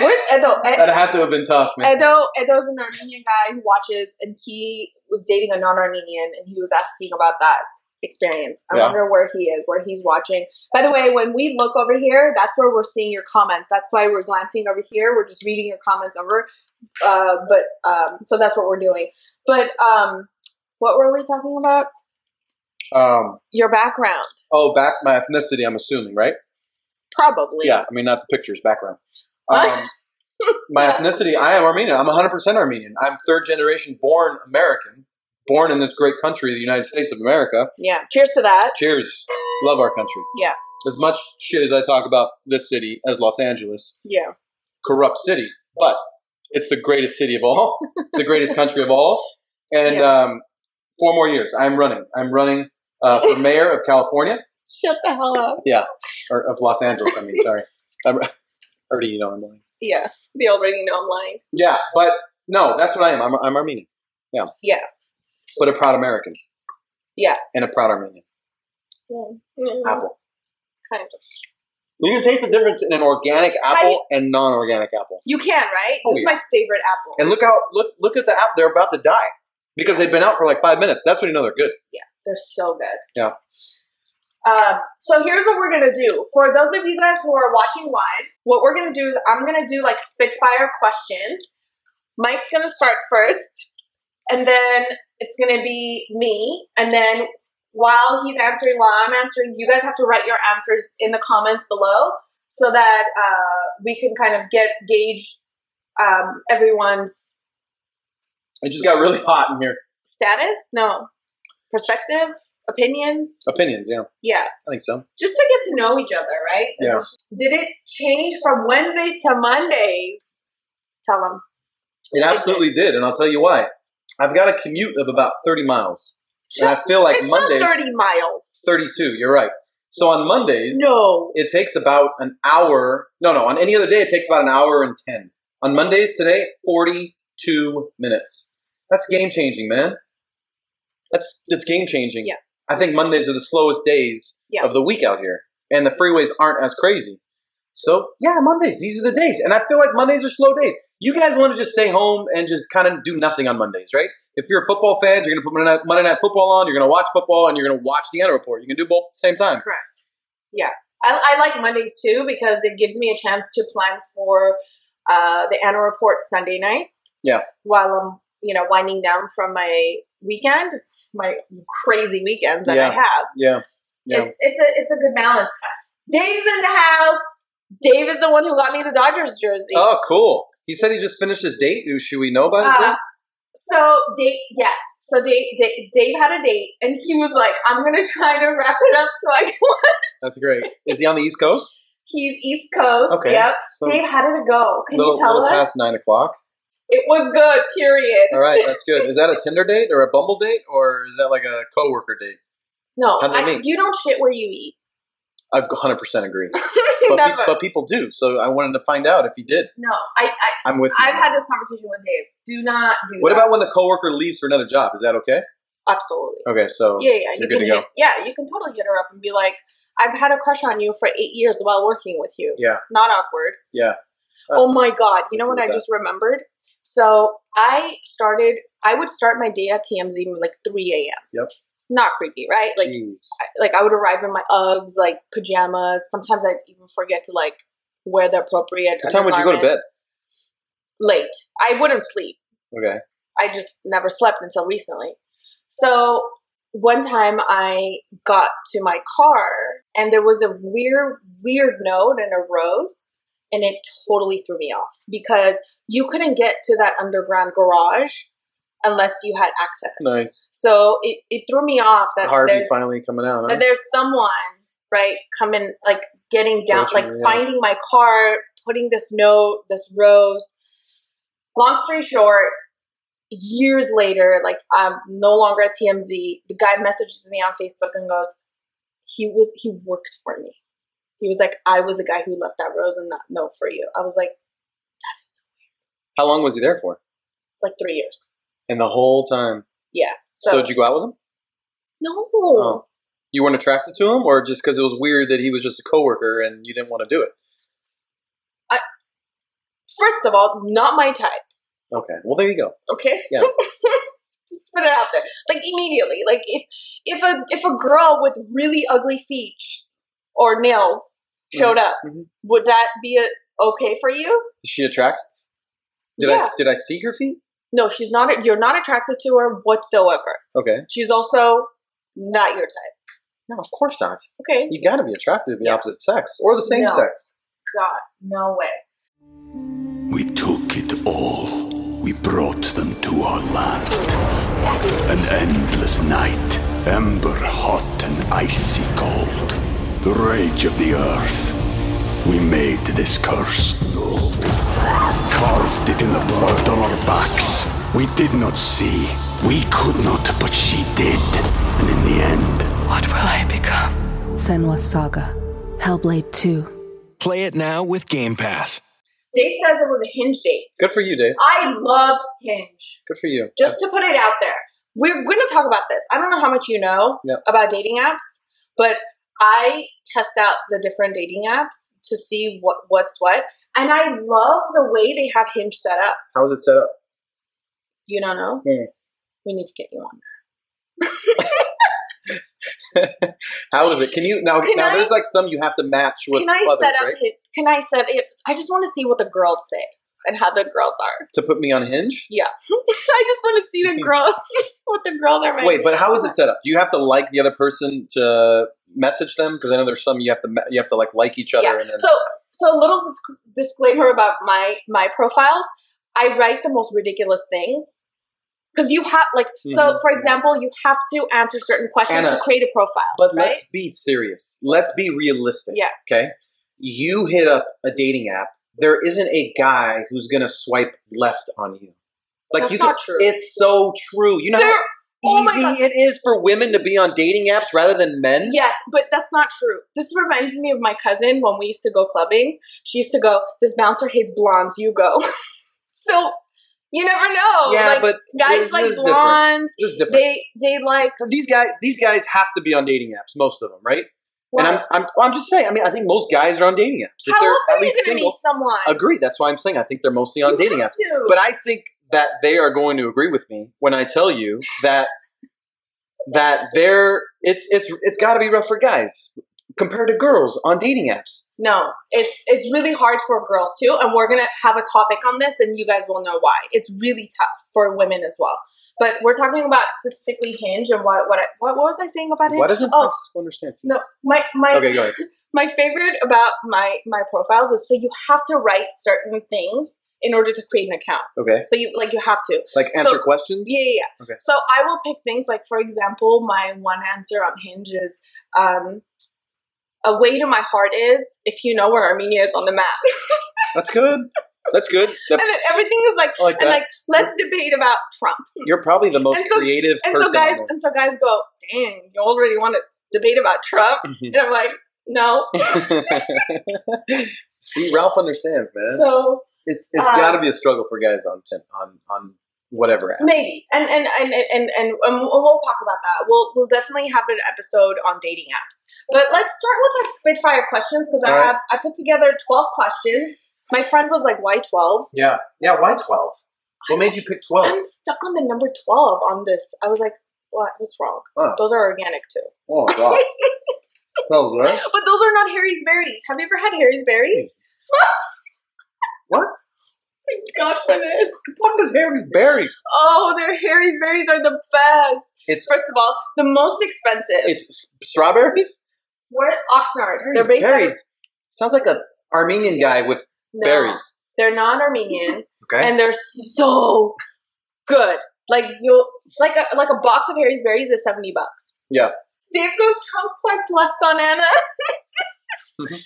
Speaker 1: Where's Edo?
Speaker 2: That
Speaker 1: Ed-
Speaker 2: had to have been tough, man.
Speaker 1: Edo Edo's an Armenian guy who watches, and he was dating a non-Armenian, and he was asking about that experience. I
Speaker 2: Yeah.
Speaker 1: wonder where he is, where he's watching. By the way, when we look over here, that's where we're seeing your comments. That's why we're glancing over here. We're just reading your comments over. Uh, but um, so that's what we're doing. But um, what were we talking about?
Speaker 2: Um,
Speaker 1: Your background,
Speaker 2: oh, back my ethnicity. I'm assuming, right?
Speaker 1: probably.
Speaker 2: Yeah, I mean not the pictures, background. Um, my ethnicity, I am Armenian. I'm 100% Armenian. I'm third generation born American, born in this great country, the United States of America.
Speaker 1: Yeah. Cheers to that.
Speaker 2: Cheers. Love our country.
Speaker 1: Yeah.
Speaker 2: As much shit as I talk about this city as Los Angeles,
Speaker 1: Yeah.
Speaker 2: corrupt city, but it's the greatest city of all. It's the greatest country of all. And
Speaker 1: Yeah.
Speaker 2: um, four more years. I'm running. I'm running uh, for mayor of California.
Speaker 1: Shut the hell up.
Speaker 2: or of Los Angeles. I mean, sorry, I'm, already you know I'm lying.
Speaker 1: Yeah. They already know I'm lying.
Speaker 2: Yeah, but no, that's what I am. I'm, I'm Armenian. Yeah.
Speaker 1: Yeah.
Speaker 2: But a proud American.
Speaker 1: Yeah.
Speaker 2: And a proud Armenian.
Speaker 1: Mm,
Speaker 2: Apple.
Speaker 1: Kind of.
Speaker 2: You can taste the difference in an organic
Speaker 1: How do
Speaker 2: apple and non-organic apple.
Speaker 1: You can, right?
Speaker 2: Oh,
Speaker 1: This is
Speaker 2: yeah.
Speaker 1: my favorite apple.
Speaker 2: And look out! Look look at the apple. They're about to die because they've been out for like five minutes. That's when you know they're good.
Speaker 1: They're so good.
Speaker 2: Yeah.
Speaker 1: Um, so here's what we're gonna do. For those of you guys who are watching live, what we're gonna do is I'm gonna do like spitfire questions. Mike's gonna start first, and then it's gonna be me, and then while he's answering, while I'm answering, you guys have to write your answers in the comments below so that uh, we can kind of get gauge um, everyone's
Speaker 2: It just got really hot in here.
Speaker 1: status. No, perspective, opinions.
Speaker 2: Opinions, yeah,
Speaker 1: Yeah.
Speaker 2: I think so.
Speaker 1: just to get to know each other, right?
Speaker 2: Yeah.
Speaker 1: Did it change from Wednesdays to Mondays? Tell them.
Speaker 2: It absolutely did, and I'll tell you why. I've got a commute of about thirty miles, and I feel Uh, like
Speaker 1: it's
Speaker 2: Mondays
Speaker 1: not 30 miles.
Speaker 2: thirty-two. You're right. So on Mondays,
Speaker 1: No.
Speaker 2: it takes about an hour. No, no. On any other day, it takes about an hour and ten. On Mondays today, forty-two minutes. That's game changing, man. That's that's game changing.
Speaker 1: Yeah.
Speaker 2: I think Mondays are the slowest days
Speaker 1: Yeah.
Speaker 2: of the week out here, and the freeways aren't as crazy. So yeah, Mondays. These are the days, and I feel like Mondays are slow days. You guys want to just stay home and just kind of do nothing on Mondays, right? If you're a football fan, you're going to put Monday Night, Monday Night Football on. You're going to watch football, and you're going to watch the Anna Report. You can do both at the same time.
Speaker 1: Correct. Yeah. I, I like Mondays too because it gives me a chance to plan for uh, the annual report Sunday nights.
Speaker 2: Yeah.
Speaker 1: While I'm, you know, winding down from my weekend, my crazy weekends that
Speaker 2: Yeah.
Speaker 1: I have.
Speaker 2: Yeah, yeah.
Speaker 1: It's, it's a it's a good balance. Dave's in the house. Dave is the one who got me the Dodgers jersey.
Speaker 2: Oh, cool. He said he just finished his date. Should we know about
Speaker 1: Uh,
Speaker 2: it?
Speaker 1: so Dave, yes. So Dave, Dave, Dave had a date, and he was like, "I'm gonna try to wrap it up." So I,
Speaker 2: That's great. Is he on the East Coast?
Speaker 1: he's East Coast.
Speaker 2: Okay.
Speaker 1: Yep.
Speaker 2: So
Speaker 1: Dave, how did it go? Can
Speaker 2: little,
Speaker 1: you tell
Speaker 2: little
Speaker 1: us?
Speaker 2: past nine o'clock.
Speaker 1: It was good. Period.
Speaker 2: All right, that's good. Is that a Tinder date or a Bumble date or is that like a coworker date?
Speaker 1: No,
Speaker 2: How'd they
Speaker 1: I,
Speaker 2: meet?
Speaker 1: you don't shit where you eat.
Speaker 2: I 100% agree. But, pe-
Speaker 1: Never.
Speaker 2: but people do. So I wanted to find out if he did.
Speaker 1: no, I, I
Speaker 2: I'm with you.
Speaker 1: I've had this conversation with Dave. Do not do.
Speaker 2: what
Speaker 1: that.
Speaker 2: about when the coworker leaves for another job? Is that okay?
Speaker 1: absolutely?
Speaker 2: Okay, so
Speaker 1: Yeah, yeah. You
Speaker 2: You're
Speaker 1: can
Speaker 2: good to
Speaker 1: hit- yeah, you can totally hit her up and be like, "I've had a crush on you for eight years while working with you."
Speaker 2: Yeah.
Speaker 1: not awkward.
Speaker 2: yeah.
Speaker 1: Oh my god! You know what
Speaker 2: Look
Speaker 1: I
Speaker 2: at that.
Speaker 1: just remembered? So I started. I would start my day at TMZ like three a.m.
Speaker 2: Yep.
Speaker 1: Not creepy, right? Like,
Speaker 2: Jeez.
Speaker 1: I- like I would arrive in my UGGs, like pajamas. Sometimes I'd even forget to like wear the appropriate.
Speaker 2: What time would you go to bed?
Speaker 1: undergarments. Late. I wouldn't sleep.
Speaker 2: Okay.
Speaker 1: I just never slept until recently. So one time I got to my car and there was a weird, weird note and a rose, and it totally threw me off because you couldn't get to that underground garage unless you had access.
Speaker 2: Nice.
Speaker 1: So it, it threw me off that
Speaker 2: Harvey
Speaker 1: there's
Speaker 2: finally coming out.
Speaker 1: that
Speaker 2: Huh?
Speaker 1: there's someone right coming like getting down
Speaker 2: Approaching,
Speaker 1: like
Speaker 2: yeah.
Speaker 1: finding my car putting this note this rose long story short years later like i'm no longer at tmz the guy messages me on facebook and goes he was he worked for me he was like i was the guy who left that rose and that note for you i was like
Speaker 2: How long was he there for?
Speaker 1: like three years
Speaker 2: And the whole time.
Speaker 1: yeah
Speaker 2: So,
Speaker 1: so,
Speaker 2: did you go out with him?
Speaker 1: no
Speaker 2: Oh. You weren't attracted to him, or just because it was weird that he was just a coworker and you didn't want to do it?
Speaker 1: first of all not my type
Speaker 2: Okay. Well, there you go.
Speaker 1: okay
Speaker 2: Yeah.
Speaker 1: just put it out there like immediately like if if a if a girl with really ugly feet sh- or nails showed up
Speaker 2: mhm.
Speaker 1: would that be a, okay for you
Speaker 2: Is she attractive? Did
Speaker 1: Yeah.
Speaker 2: I did I see her feet?
Speaker 1: no she's not you're not attracted to her whatsoever
Speaker 2: Okay.
Speaker 1: she's also not your type.
Speaker 2: No, of course not.
Speaker 1: Okay.
Speaker 2: You got to be attracted to the
Speaker 1: Yeah.
Speaker 2: opposite sex or the same
Speaker 1: No.
Speaker 2: sex.
Speaker 1: God, no way.
Speaker 3: We took it all. We brought them to our land. An endless night, ember hot and icy cold. The rage of the earth. We made this curse. Carved it in the blood on our backs. We did not see. We could not, but she did. And in the end,
Speaker 4: What will I become? Senwa Saga. Hellblade 2.
Speaker 5: Play it now with Game Pass.
Speaker 1: Dave says it was a hinge date.
Speaker 2: Good for you, Dave.
Speaker 1: I love hinge.
Speaker 2: Good for you.
Speaker 1: Just to put it out there, we're going to talk about this. I don't know how much you know
Speaker 2: Yeah.
Speaker 1: about dating apps, but I test out the different dating apps to see what what's what, and I love the way they have hinge set up.
Speaker 2: How is it set up?
Speaker 1: You don't know?
Speaker 2: Hmm.
Speaker 1: We need to get you on.
Speaker 2: How is it? Can you now?
Speaker 1: Can
Speaker 2: now
Speaker 1: I-
Speaker 2: there's like some you have to match with
Speaker 1: can I
Speaker 2: others,
Speaker 1: set up?
Speaker 2: right?
Speaker 1: hin- Can I set it? I just want to see what the girls say and how the girls are.
Speaker 2: To put me on Hinge.
Speaker 1: Yeah, I just want to see the girls. what the girls are.
Speaker 2: Wait, but how is it set up? Do you have to like the other person to message them? Because I know there's some you have to me- you have to like like each other. And then,
Speaker 1: So, so a little disc- disclaimer about my my profiles. I write the most ridiculous things because you have like so.
Speaker 2: Mhm.
Speaker 1: For example, you have to answer certain questions
Speaker 2: Anna,
Speaker 1: to create a profile.
Speaker 2: but
Speaker 1: right?
Speaker 2: let's be serious. Let's be realistic.
Speaker 1: Yeah.
Speaker 2: Okay. You hit up a dating app. There isn't a guy who's gonna swipe left on you. Like
Speaker 1: That's
Speaker 2: you
Speaker 1: not true.
Speaker 2: It's so true. You know
Speaker 1: There-
Speaker 2: how
Speaker 1: oh my
Speaker 2: easy
Speaker 1: God.
Speaker 2: it is for women to be on dating apps rather than men.
Speaker 1: Yes, but that's not true. This reminds me of my cousin when we used to go clubbing. She used to go, "This bouncer hates blondes. You go." so you never know.
Speaker 2: Yeah,
Speaker 1: oh, like,
Speaker 2: but
Speaker 1: guys
Speaker 2: this-
Speaker 1: like
Speaker 2: this is different.
Speaker 1: blondes.
Speaker 2: This is different.
Speaker 1: They they like.
Speaker 2: So these guys, these guys have to be on dating apps, most of them, right? And I'm, I'm, well, I'm just saying. I mean, I think most guys are on dating apps. If
Speaker 1: how
Speaker 2: they're
Speaker 1: else
Speaker 2: at
Speaker 1: are you
Speaker 2: least
Speaker 1: going to
Speaker 2: single,
Speaker 1: meet someone?
Speaker 2: agree. That's why I'm saying I think they're mostly on
Speaker 1: You
Speaker 2: dating
Speaker 1: have
Speaker 2: apps.
Speaker 1: to.
Speaker 2: But I think that they are going to agree with me when I tell you that that they're it's it's it's got to be rough for guys compared to girls on dating apps.
Speaker 1: No, it's it's really hard for girls too, and we're gonna have a topic on this, and you guys will know why. It's really tough for women as well. But we're talking about specifically Hinge and what what I, what, what was I saying about Hinge?
Speaker 2: Why doesn't
Speaker 1: oh
Speaker 2: Francisco understand?
Speaker 1: no, my my
Speaker 2: Okay, go ahead.
Speaker 1: my favorite about my my profiles is so you have to write certain things in order to create an account.
Speaker 2: Okay,
Speaker 1: So you like you have to.
Speaker 2: like
Speaker 1: So-
Speaker 2: answer questions.
Speaker 1: Yeah, yeah, yeah.
Speaker 2: Okay.
Speaker 1: So I will pick things like, for example, my one answer on Hinge is, um, "A way to my heart is if you know where Armenia is on the map."
Speaker 2: That's good. That's good. That,
Speaker 1: and then everything is like,
Speaker 2: I like
Speaker 1: and
Speaker 2: that.
Speaker 1: like, let's debate about Trump.
Speaker 2: You're probably the most
Speaker 1: And so-
Speaker 2: creative
Speaker 1: And
Speaker 2: person.
Speaker 1: so guys,
Speaker 2: on there.
Speaker 1: and so guys go, "Dang, you already want to debate about Trump?" and I'm like, "No."
Speaker 2: See, Ralph understands, man.
Speaker 1: So
Speaker 2: it's it's
Speaker 1: uh,
Speaker 2: got to be a struggle for guys on Tim on on whatever app.
Speaker 1: Maybe, and and and and and, um, we'll talk about that. We'll we'll definitely have an episode on dating apps. But let's start with our spitfire questions because I
Speaker 2: All right.
Speaker 1: have I put together twelve questions. My friend was like, "Why 12?
Speaker 2: Yeah, yeah. Why twelve? What made you pick twelve?
Speaker 1: I'm stuck on the number twelve on this. I was like, "What? What's wrong?"
Speaker 2: Oh,
Speaker 1: Those are organic too,
Speaker 2: oh god. Oh, what?
Speaker 1: but those are not Harry's berries. Have you ever had Harry's berries?
Speaker 2: What
Speaker 1: Thank God for this.
Speaker 2: the fuck is Harry's berries?
Speaker 1: Oh, their Harry's berries are the best.
Speaker 2: It's
Speaker 1: First of all, the most expensive.
Speaker 2: it's s- strawberries.
Speaker 1: We're Oxnard.
Speaker 2: Harry's
Speaker 1: They're based out of-
Speaker 2: berries. Sounds like a Armenian guy with
Speaker 1: No.
Speaker 2: berries.
Speaker 1: They're non-Armenian,
Speaker 2: Okay.
Speaker 1: and they're so good. Like you'll like a like a box of Harry's berries is seventy bucks.
Speaker 2: Yeah.
Speaker 1: There goes Trump swipes left on Anna.
Speaker 2: Mhm.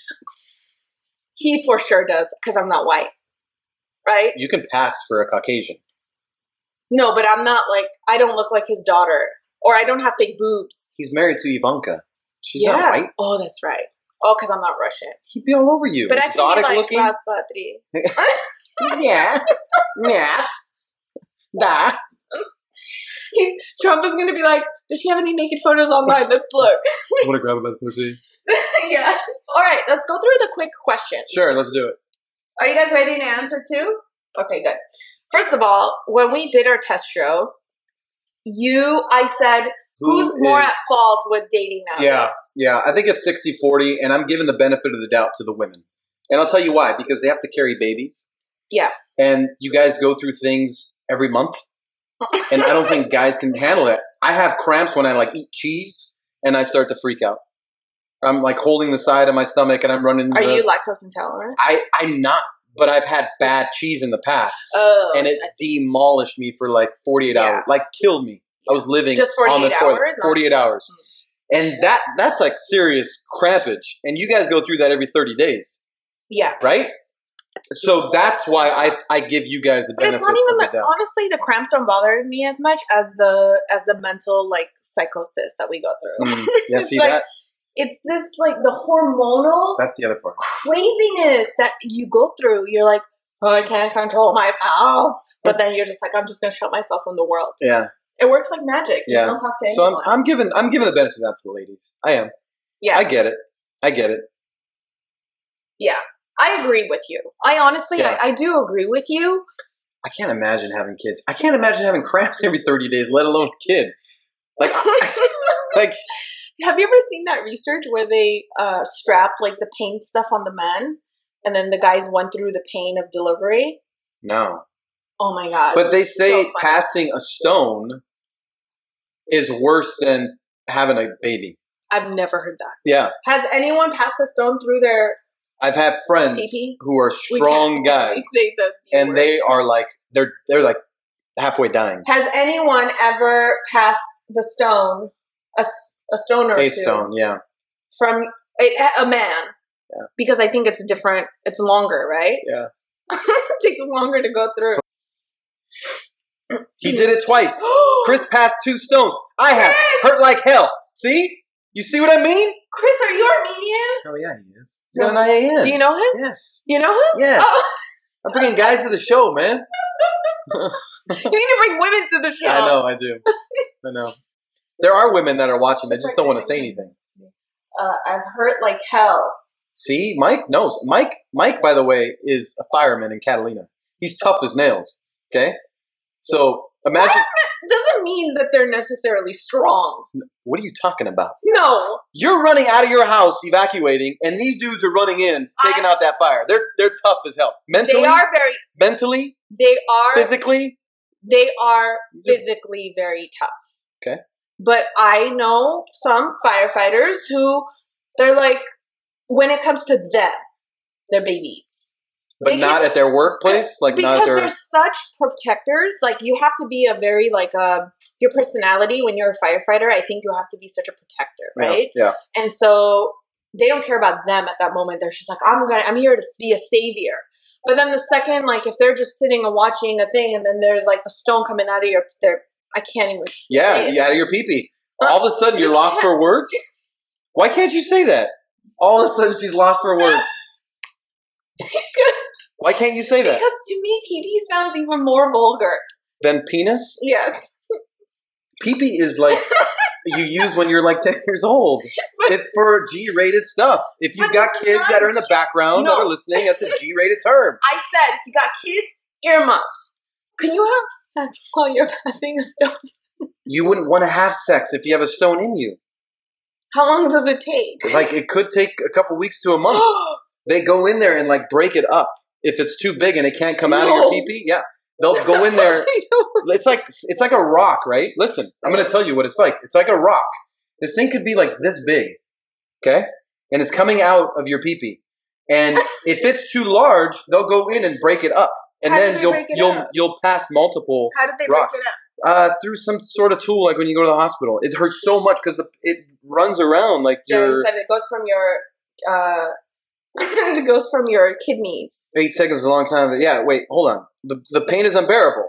Speaker 1: he for sure does because I'm not white, right?
Speaker 2: you can pass for a Caucasian.
Speaker 1: No, but I'm not like I don't look like his daughter, or I don't have fake boobs.
Speaker 2: He's married to Ivanka. She's not white.
Speaker 1: Oh, that's right. Oh, because I'm not Russian.
Speaker 2: He'd be all over you.
Speaker 1: But I feel
Speaker 2: Exotic
Speaker 1: like
Speaker 2: looking.
Speaker 1: last three.
Speaker 2: yeah. Matt. That.
Speaker 1: He's, Trump is going to be like, does she have any naked photos online? Let's look.
Speaker 2: I want to grab him by the pussy.
Speaker 1: yeah. All right, let's go through the quick questions.
Speaker 2: Sure, let's do it.
Speaker 1: Are you guys ready to answer too? Okay, good. First of all, when we did our test show, you, I said, who's more
Speaker 2: is-
Speaker 1: at fault with dating nowadays?
Speaker 2: Yeah, yeah. I think it's 60 40, and I'm giving the benefit of the doubt to the women. And I'll tell you why because they have to carry babies.
Speaker 1: Yeah.
Speaker 2: And you guys go through things every month. and I don't think guys can handle it. I have cramps when I like eat cheese and I start to freak out. I'm like holding the side of my stomach and I'm running.
Speaker 1: Are
Speaker 2: the-
Speaker 1: you lactose intolerant?
Speaker 2: I I'm not, but I've had bad cheese in the past,
Speaker 1: Oh,
Speaker 2: and it
Speaker 1: I see.
Speaker 2: demolished me for like 48
Speaker 1: Yeah.
Speaker 2: hours, like killed me. I was living
Speaker 1: Just
Speaker 2: on the
Speaker 1: 48
Speaker 2: toilet
Speaker 1: hours? Hmm.
Speaker 2: 48 hours, and that that's like serious crampage. And you guys go through that every 30 days,
Speaker 1: yeah.
Speaker 2: right? So that's why I I give you guys the
Speaker 1: But it's
Speaker 2: benefit.
Speaker 1: not even
Speaker 2: of the
Speaker 1: like
Speaker 2: doubt.
Speaker 1: honestly, the cramps don't bother me as much as the as the mental like psychosis that we go through.
Speaker 2: Mm, yeah,
Speaker 1: It's
Speaker 2: see
Speaker 1: like-
Speaker 2: that?
Speaker 1: It's this like the hormonal
Speaker 2: That's the other part.
Speaker 1: craziness that you go through. You're like, oh, I can't control myself, but then you're just like, I'm just gonna shut myself from the world.
Speaker 2: Yeah.
Speaker 1: It works like magic. Just
Speaker 2: Yeah.
Speaker 1: don't talk to
Speaker 2: So I'm,
Speaker 1: anyone.
Speaker 2: I'm giving I'm giving the benefit of that to the ladies. I am.
Speaker 1: yeah,
Speaker 2: I get it. I get it.
Speaker 1: yeah. I agree with you. I honestly,
Speaker 2: Yeah.
Speaker 1: I, I do agree with you.
Speaker 2: I can't imagine having kids. I can't imagine having cramps every 30 days, let alone a kid. Like, like
Speaker 1: Have you ever seen that research where they uh, strap like the pain stuff on the men, and then the guys went through the pain of delivery?
Speaker 2: no.
Speaker 1: Oh my god!
Speaker 2: But they say
Speaker 1: So funny.
Speaker 2: passing a stone is worse than having a baby.
Speaker 1: I've never heard that.
Speaker 2: Yeah,
Speaker 1: Has anyone passed a stone through their?
Speaker 2: I've had friends
Speaker 1: Pee-pee?
Speaker 2: who are
Speaker 1: we
Speaker 2: strong
Speaker 1: can't
Speaker 2: guys,
Speaker 1: say the D
Speaker 2: and
Speaker 1: word.
Speaker 2: they are like they're they're like halfway dying.
Speaker 1: Has anyone ever passed the stone, a, s- a stone or
Speaker 2: A
Speaker 1: two
Speaker 2: stone, yeah,
Speaker 1: from a, a man?
Speaker 2: Yeah.
Speaker 1: Because I think it's different. It's longer, right?
Speaker 2: yeah.
Speaker 1: it takes longer to go through. Hmm.
Speaker 2: He did it twice. Chris passed two stones. I have hurt like hell. See, you see what I mean?
Speaker 1: Chris, are you Armenian?
Speaker 2: Oh yeah, he is. He's got an IAN.
Speaker 1: Do you know him?
Speaker 2: Yes.
Speaker 1: You know him?
Speaker 2: Yes.
Speaker 1: Oh,
Speaker 2: I'm bringing guys to the show, man.
Speaker 1: you need to bring women to the show.
Speaker 2: I know, I do. I know. There are women that are watching that just don't want to say anything.
Speaker 1: Uh, I've hurt like hell.
Speaker 2: See, Mike knows. Mike, Mike, by the way, is a fireman in Catalina. He's tough as nails. Okay, so imagine.
Speaker 1: Doesn't mean that they're necessarily strong.
Speaker 2: What are you talking about?
Speaker 1: No.
Speaker 2: You're running out of your house, evacuating, and these dudes are running in, taking
Speaker 1: I-
Speaker 2: out that fire. They're they're tough as hell. Mentally,
Speaker 1: They are very,
Speaker 2: mentally,
Speaker 1: they are
Speaker 2: physically.
Speaker 1: they are
Speaker 2: These are-
Speaker 1: physically very tough.
Speaker 2: Okay.
Speaker 1: But I know some firefighters who they're like, when it comes to them, they're babies.
Speaker 2: But
Speaker 1: They
Speaker 2: not
Speaker 1: can't-
Speaker 2: at their workplace, like not
Speaker 1: because
Speaker 2: at their
Speaker 1: they're such protectors. Like you have to be a very like uh, your personality when you're a firefighter. I think you have to be such a protector,
Speaker 2: Yeah,
Speaker 1: right?
Speaker 2: Yeah,
Speaker 1: And so they don't care about them at that moment. They're just like, I'm gonna, I'm here to be a savior. But then the second, like, if they're just sitting and watching a thing, and then there's like the stone coming out of your, their, I can't even.
Speaker 2: Yeah,
Speaker 1: Yeah.
Speaker 2: you out of your pee-pee.
Speaker 1: Uh,
Speaker 2: All of a sudden, you're
Speaker 1: you
Speaker 2: lost for words. Why can't you say that? All of a sudden, she's lost for words. Why can't you say that?
Speaker 1: Because to me, pee sounds even more vulgar.
Speaker 2: Then penis.
Speaker 1: Yes,
Speaker 2: Pee-pee is like you use when you're like ten years old. It's for G-rated stuff. If you've
Speaker 1: But
Speaker 2: got
Speaker 1: it's
Speaker 2: kids
Speaker 1: not
Speaker 2: that are in the background that
Speaker 1: No.
Speaker 2: are listening, that's a G-rated term.
Speaker 1: I said if you got kids, earmuffs. Can you have sex while you're passing a stone?
Speaker 2: You wouldn't want to have sex if you have a stone in you.
Speaker 1: How long does it take?
Speaker 2: Like it could take a couple weeks to a month. they go in there and like break it up if it's too big and it can't come out of your
Speaker 1: No.
Speaker 2: pee pee. Yeah, they'll go in there. It's like it's like a rock, right? Listen, I'm gonna tell you what it's like. It's like a rock. This thing could be like this big, okay, and it's coming out of your pee pee. And if it's too large, they'll go in and break it up, and
Speaker 1: How do
Speaker 2: then
Speaker 1: they
Speaker 2: you'll
Speaker 1: break it
Speaker 2: you'll
Speaker 1: up?
Speaker 2: you'll pass multiple
Speaker 1: How did they
Speaker 2: Rocks.
Speaker 1: break it up?
Speaker 2: uh, through some sort of tool, like when you go to the hospital. It hurts so much because the it runs around like
Speaker 1: Yeah,
Speaker 2: your
Speaker 1: you said it goes from your. Uh, it goes from your kidneys.
Speaker 2: eight seconds is a long time. Yeah, wait, hold on. The, the pain is unbearable.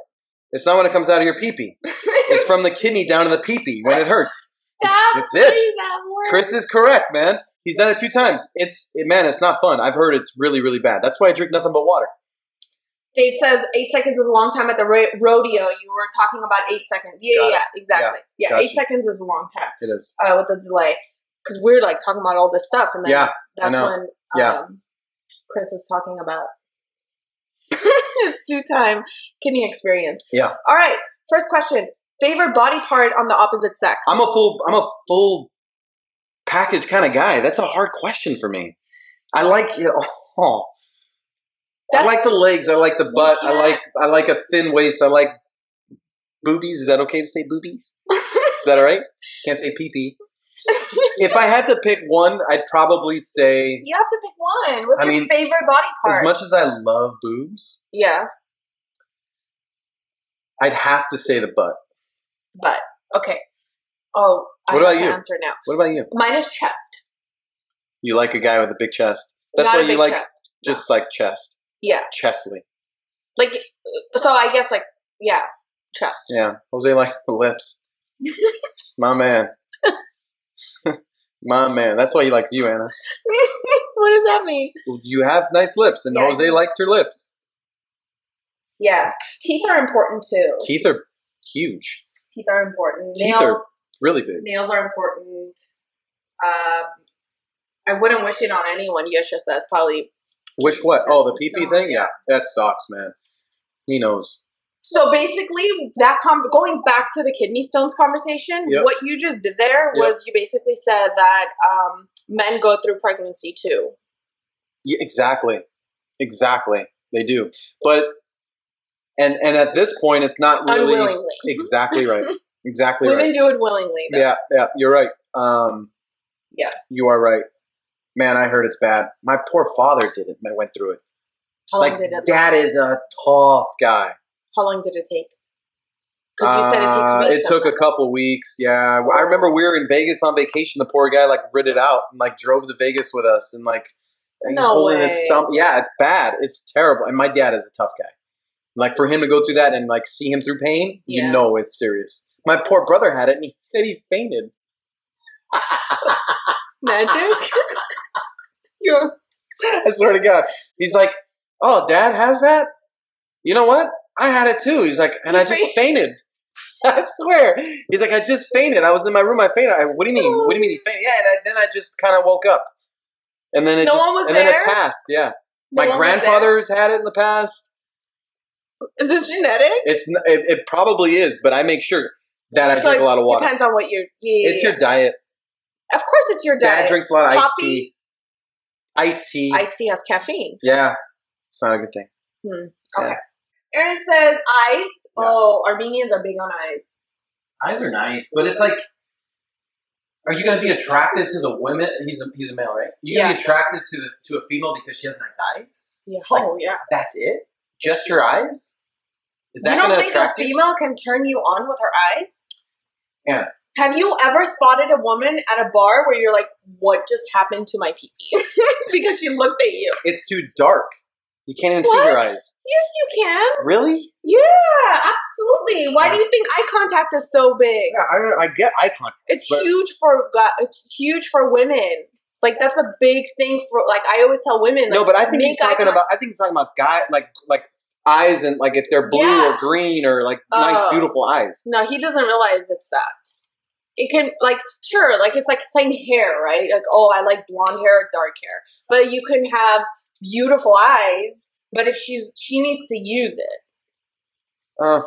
Speaker 2: It's not when it comes out of your pee-pee. It's from the kidney down to the pee-pee when it hurts.
Speaker 1: Stop
Speaker 2: That's it.
Speaker 1: saying that word.
Speaker 2: Chris is correct, man. He's done it two times. It's it, man, it's not fun. I've heard it's really, really bad. That's why I drink nothing but water.
Speaker 1: Dave says eight seconds is a long time at the ro- rodeo. You were talking about eight seconds. Yeah,
Speaker 2: Got
Speaker 1: yeah,
Speaker 2: it.
Speaker 1: yeah, exactly. Yeah,
Speaker 2: Gotcha.
Speaker 1: eight seconds is a long time
Speaker 2: It is.
Speaker 1: uh, with the delay because we're like talking about all this stuff, and then
Speaker 2: Yeah,
Speaker 1: that's
Speaker 2: know.
Speaker 1: when um,
Speaker 2: Yeah.
Speaker 1: Chris is talking about his two-time kidney experience.
Speaker 2: Yeah.
Speaker 1: All right. First question: favorite body part on the opposite sex?
Speaker 2: I'm a full I'm a full package kind of guy. That's a hard question for me. I like it all. I
Speaker 1: That's-
Speaker 2: like the legs. I like the butt. I like I like a thin waist. I like boobies. Is that okay to say boobies? Is that all right? Can't say pee pee. If I had to pick one, I'd probably say
Speaker 1: You have to pick one. What's
Speaker 2: I
Speaker 1: your
Speaker 2: mean,
Speaker 1: favorite body part?
Speaker 2: as much as I love boobs,
Speaker 1: yeah,
Speaker 2: I'd have to say the butt.
Speaker 1: but okay. Oh, I
Speaker 2: What
Speaker 1: have
Speaker 2: about
Speaker 1: to
Speaker 2: you?
Speaker 1: answer now.
Speaker 2: What about you?
Speaker 1: Mine is chest.
Speaker 2: You like a guy with a big chest. That's
Speaker 1: Not a
Speaker 2: why you
Speaker 1: big
Speaker 2: like
Speaker 1: chest.
Speaker 2: just like chest.
Speaker 1: Yeah,
Speaker 2: Chestly.
Speaker 1: like uh, so. I guess like yeah, chest.
Speaker 2: Yeah. Jose likes the lips. My man. My man. That's why he likes you, Anna.
Speaker 1: what does that mean?
Speaker 2: You have nice lips, and
Speaker 1: Yeah, I
Speaker 2: Jose
Speaker 1: do.
Speaker 2: likes her lips.
Speaker 1: Yeah, teeth are important too.
Speaker 2: Teeth are huge.
Speaker 1: Teeth are important.
Speaker 2: Teeth
Speaker 1: Nails,
Speaker 2: are- Really big.
Speaker 1: nails are important. Uh, I wouldn't wish it on anyone. Yosha says probably.
Speaker 2: Wish what? Oh, the pee pee
Speaker 1: So,
Speaker 2: thing?
Speaker 1: yeah.
Speaker 2: Yeah. That sucks, man. He knows.
Speaker 1: So basically, that com- going back to the kidney stones conversation,
Speaker 2: Yep.
Speaker 1: what you just did there
Speaker 2: Yep.
Speaker 1: was you basically said that um, men go through pregnancy too.
Speaker 2: Yeah, exactly. Exactly. They do. But and and at this point it's not really
Speaker 1: Unwillingly.
Speaker 2: Exactly right. Exactly
Speaker 1: Women
Speaker 2: right.
Speaker 1: do it willingly. though.
Speaker 2: Yeah, yeah, you're right. Um
Speaker 1: Yeah.
Speaker 2: You are right. Man, I heard it's bad. My poor father did it. I went through it.
Speaker 1: How long
Speaker 2: Like
Speaker 1: Oh, did it?
Speaker 2: that is a tough guy.
Speaker 1: How long did it take? Because you said it takes
Speaker 2: Uh,
Speaker 1: weeks.
Speaker 2: It took a couple weeks. Yeah, I remember we were in Vegas on vacation. The poor guy like ritted out and like drove to Vegas with us and like he's
Speaker 1: No
Speaker 2: holding his
Speaker 1: way.
Speaker 2: stump. Yeah, it's bad. It's terrible. And my dad is a tough guy. Like for him to go through that and like see him through pain,
Speaker 1: Yeah.
Speaker 2: you know it's serious. My poor brother had it and he said he fainted.
Speaker 1: Magic. you
Speaker 2: I swear to God, he's like, "Oh, Dad has that." You know what? I had it too. He's like, and I just fainted. I swear. He's like, I just fainted. I was in my room. I fainted. I, what do you mean? What do you mean he fainted? Yeah, and I, then I just kind of woke up, and then it
Speaker 1: No
Speaker 2: just,
Speaker 1: one was
Speaker 2: and then
Speaker 1: there?
Speaker 2: it passed. Yeah, my
Speaker 1: No one was there.
Speaker 2: grandfather's had it in the past.
Speaker 1: Is this genetic?
Speaker 2: It's n- it, it probably is, but I make sure that I
Speaker 1: It's
Speaker 2: drink
Speaker 1: like,
Speaker 2: a lot of water.
Speaker 1: Depends on what you're. Yeah,
Speaker 2: It's
Speaker 1: yeah,
Speaker 2: your diet.
Speaker 1: yeah. Of course, it's your
Speaker 2: Dad
Speaker 1: diet.
Speaker 2: drinks a lot of iced
Speaker 1: Coffee?
Speaker 2: tea. Iced tea.
Speaker 1: Iced tea has caffeine.
Speaker 2: yeah, it's not a good thing.
Speaker 1: Aaron says ice.
Speaker 2: Yeah.
Speaker 1: Oh, Armenians are big on ice.
Speaker 2: eyes are nice, but it's like, are you going to be attracted to the women? He's a, he's a male, right? You're going to
Speaker 1: Yeah.
Speaker 2: be attracted to the, to a female because she has nice eyes.
Speaker 1: Yeah.
Speaker 2: Like,
Speaker 1: oh, yeah.
Speaker 2: That's it. Just your eyes. Is that
Speaker 1: you don't
Speaker 2: going to
Speaker 1: think a
Speaker 2: attract you?
Speaker 1: female can turn you on with her eyes?
Speaker 2: Yeah.
Speaker 1: Have you ever spotted a woman at a bar where you're like, "What just happened to my pee?" because she looked at you.
Speaker 2: It's too dark. You can't even
Speaker 1: What?
Speaker 2: see your eyes.
Speaker 1: Yes, you can.
Speaker 2: Really?
Speaker 1: Yeah, absolutely. Why do you think eye contact is so big?
Speaker 2: Yeah, I, I get eye contact.
Speaker 1: It's
Speaker 2: But-
Speaker 1: huge for gu- it's huge for women. Like that's a big thing for like I always tell women. Like,
Speaker 2: no, but I think he's
Speaker 1: make eye
Speaker 2: talking about. I think he's talking about guy like like eyes and like if they're blue
Speaker 1: Yeah.
Speaker 2: or green or like nice
Speaker 1: Oh.
Speaker 2: beautiful eyes.
Speaker 1: No, he doesn't realize it's that. It can like sure, like it's like saying hair, right? Like oh, I like blonde hair or dark hair, but you can have beautiful eyes. But if she's she needs to use it.
Speaker 2: Uh,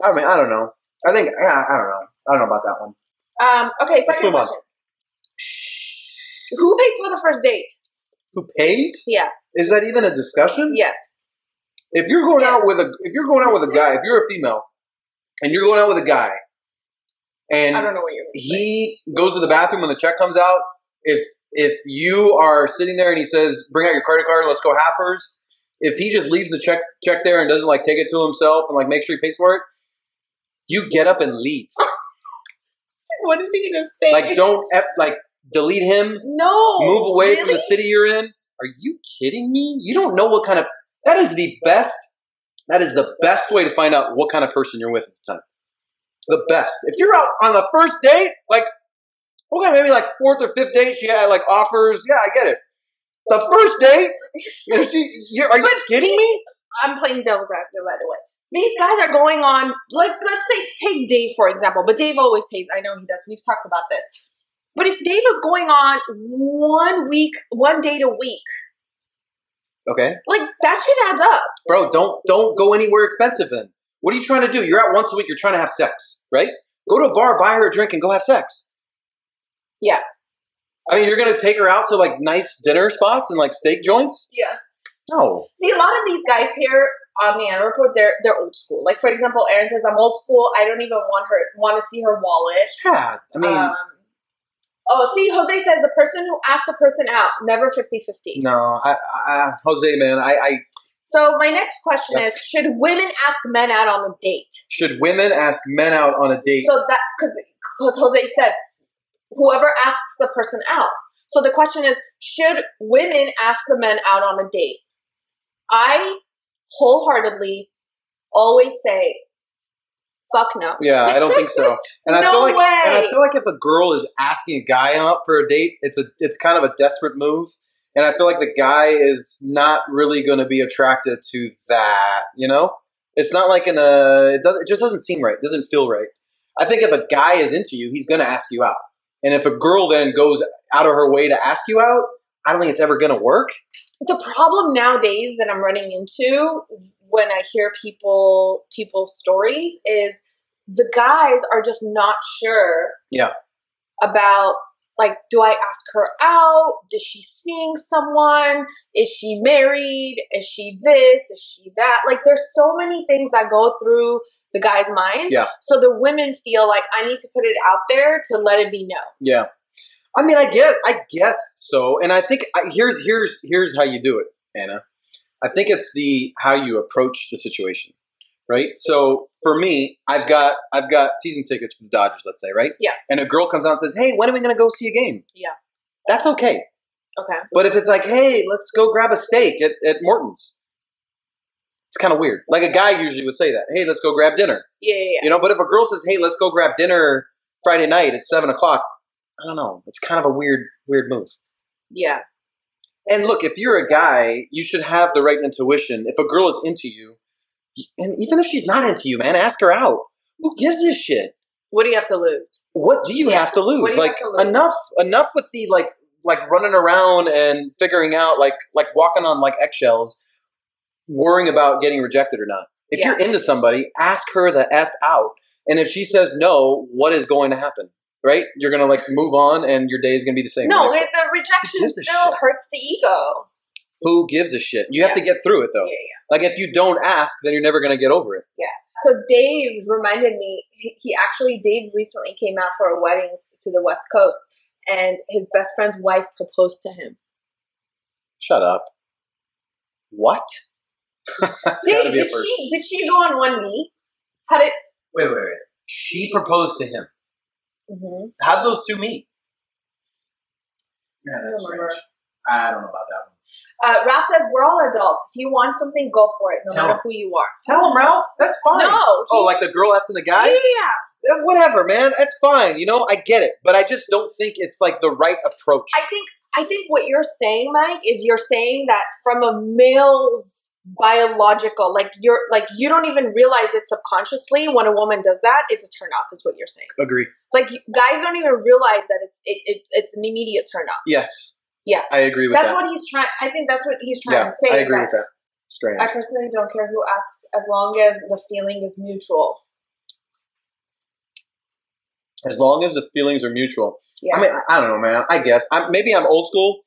Speaker 2: I mean, I don't know. I think yeah, I don't know. I don't know about that one.
Speaker 1: Um, okay,
Speaker 2: Let's
Speaker 1: second
Speaker 2: move on.
Speaker 1: question. Shh. Who pays for the first date?
Speaker 2: Who pays?
Speaker 1: Yeah.
Speaker 2: Is that even a discussion?
Speaker 1: Yes.
Speaker 2: If you're going
Speaker 1: Yeah.
Speaker 2: out with a if you're going out with a guy, if you're a female and you're going out with a guy
Speaker 1: I
Speaker 2: and
Speaker 1: don't know what you're. gonna say.
Speaker 2: he goes to the bathroom when the check comes out, if if you are sitting there and he says, "Bring out your credit card, let's go halfers." If he just leaves the check check there and doesn't like take it to himself and like make sure he pays for it, you get up and leave.
Speaker 1: What is he gonna say?
Speaker 2: like don't ep- like delete him,
Speaker 1: no
Speaker 2: move away from the
Speaker 1: really?
Speaker 2: city you're in. Are you kidding me? You don't know what kind of that is the best that is the best way to find out what kind of person you're with at the time. The best. If you're out on the first date, like okay, maybe like fourth or fifth date, she had like offers. Yeah, I get it. The first date, is she, you're, are you kidding me?
Speaker 1: I'm playing devil's advocate, by the way. These guys are going on, like, let's say, take Dave, for example, but Dave always pays. I know he does. We've talked about this. But if Dave is going on one week, one date a week,
Speaker 2: Okay,
Speaker 1: like, that shit adds up.
Speaker 2: bro, don't don't go anywhere expensive. Then what are you trying to do? You're out once a week. You're trying to have sex, right? Go to a bar, buy her a drink, and go have sex.
Speaker 1: Yeah.
Speaker 2: I mean, you're gonna take her out to like nice dinner spots and like steak joints?
Speaker 1: Yeah.
Speaker 2: No.
Speaker 1: See, a lot of these guys here on the annual report, they're they're old school. Like for example, Erin says, "I'm old school. I don't even want her want to see her wallet."
Speaker 2: Yeah, I mean,
Speaker 1: um, oh, see, Jose says the person who asked the person out never 50-50.
Speaker 2: no, I, I, Jose, man, I, I
Speaker 1: So my next question
Speaker 2: That's-
Speaker 1: is: Should women ask men out on a date?
Speaker 2: should women ask men out on a date?
Speaker 1: So that because because Jose said, whoever asks the person out. So the question is, should women ask the men out on a date? I wholeheartedly always say, fuck no.
Speaker 2: yeah, I don't think so. And I
Speaker 1: No
Speaker 2: feel like, and I
Speaker 1: way.
Speaker 2: feel like if a girl is asking a guy out for a date, it's a it's kind of a desperate move. And I feel like the guy is not really going to be attracted to that. You know, it's not like in a it, does, it just doesn't seem right. It doesn't feel right. I think if a guy is into you, he's going to ask you out. And if a girl then goes out of her way to ask you out, I don't think it's ever going to work.
Speaker 1: the problem nowadays that I'm running into when I hear people people's stories is the guys are just not sure
Speaker 2: Yeah.
Speaker 1: about like do I ask her out? Is she seeing someone? Is she married? Is she this? Is she that? Like there's so many things that go through the guy's mind.
Speaker 2: Yeah.
Speaker 1: So the women feel like I need to put it out there to let it be known.
Speaker 2: Yeah, I mean, I guess, I guess so. And I think I, here's here's here's how you do it, Anna. I think it's the how you approach the situation, right? So for me, I've got I've got season tickets for the Dodgers, let's say, right?
Speaker 1: Yeah.
Speaker 2: And a girl comes out and says, "Hey, when are we going to go see a game?"
Speaker 1: Yeah.
Speaker 2: That's okay.
Speaker 1: Okay.
Speaker 2: But if it's like, "Hey, let's go grab a steak at, at Morton's," it's kind of weird. Like a guy usually would say that, "Hey, let's go grab dinner."
Speaker 1: Yeah, yeah, yeah.
Speaker 2: You know, but if a girl says, "Hey, let's go grab dinner Friday night at seven o'clock," I don't know. It's kind of a weird, weird move.
Speaker 1: Yeah.
Speaker 2: And look, if you're a guy, you should have the right intuition. If a girl is into you, and even if she's not into you, man, ask her out. Who gives a shit?
Speaker 1: What do you have to lose?
Speaker 2: What do you
Speaker 1: Yeah.
Speaker 2: have to
Speaker 1: What do
Speaker 2: lose?
Speaker 1: you
Speaker 2: Like
Speaker 1: have to lose?
Speaker 2: enough, enough with the like, like running around and figuring out, like, like walking on like eggshells, worrying about getting rejected or not. If
Speaker 1: Yeah.
Speaker 2: you're into somebody, ask her the f out. And if she says no, what is going to happen? Right? You're gonna like move on, and your day is gonna be the same.
Speaker 1: No,
Speaker 2: Next
Speaker 1: it,
Speaker 2: day.
Speaker 1: the rejection
Speaker 2: Who gives a
Speaker 1: still
Speaker 2: shit?
Speaker 1: hurts the ego.
Speaker 2: who gives a shit? You have to
Speaker 1: Yeah.
Speaker 2: get through it though.
Speaker 1: Yeah, yeah.
Speaker 2: Like if you don't ask, then you're never gonna get over it.
Speaker 1: So Dave reminded me. He he actually Dave recently came out for a wedding to the West Coast, and his best friend's wife proposed to him.
Speaker 2: Shut up. What? That's gotta
Speaker 1: Dave,
Speaker 2: be a
Speaker 1: did
Speaker 2: first.
Speaker 1: she did she go on one knee? How did?
Speaker 2: Wait, wait, wait. She proposed to him.
Speaker 1: mhm.
Speaker 2: How'd those two meet? Yeah,
Speaker 1: that's I don't remember. strange.
Speaker 2: I don't know about that one.
Speaker 1: Uh, Ralph says we're all adults. If you want something, go for it, no
Speaker 2: Tell
Speaker 1: matter
Speaker 2: him.
Speaker 1: who you are.
Speaker 2: Tell him, Ralph. That's fine.
Speaker 1: No.
Speaker 2: Oh, like the girl asking the
Speaker 1: he-
Speaker 2: guy?
Speaker 1: yeah, yeah, yeah.
Speaker 2: Eh, Whatever, man. That's fine. You know, I get it. But I just don't think it's like the right approach.
Speaker 1: I think I think what you're saying, Mike, is you're saying that from a male's biological, like you're like you don't even realize it subconsciously when a woman does that, it's a turn off, is what you're saying.
Speaker 2: Agree.
Speaker 1: Like you- guys don't even realize that it's it, it's it's an immediate turn off.
Speaker 2: Yes.
Speaker 1: Yeah.
Speaker 2: I agree with
Speaker 1: That's
Speaker 2: that.
Speaker 1: what he's trying. I think that's what he's trying
Speaker 2: yeah,
Speaker 1: to say.
Speaker 2: I
Speaker 1: is
Speaker 2: agree
Speaker 1: that
Speaker 2: with that. Strange.
Speaker 1: I personally don't care who asks, as long as the feeling is mutual.
Speaker 2: as long as the feelings are mutual.
Speaker 1: Yeah.
Speaker 2: I mean, I- I don't know, man. I guess I'm, maybe I'm old school,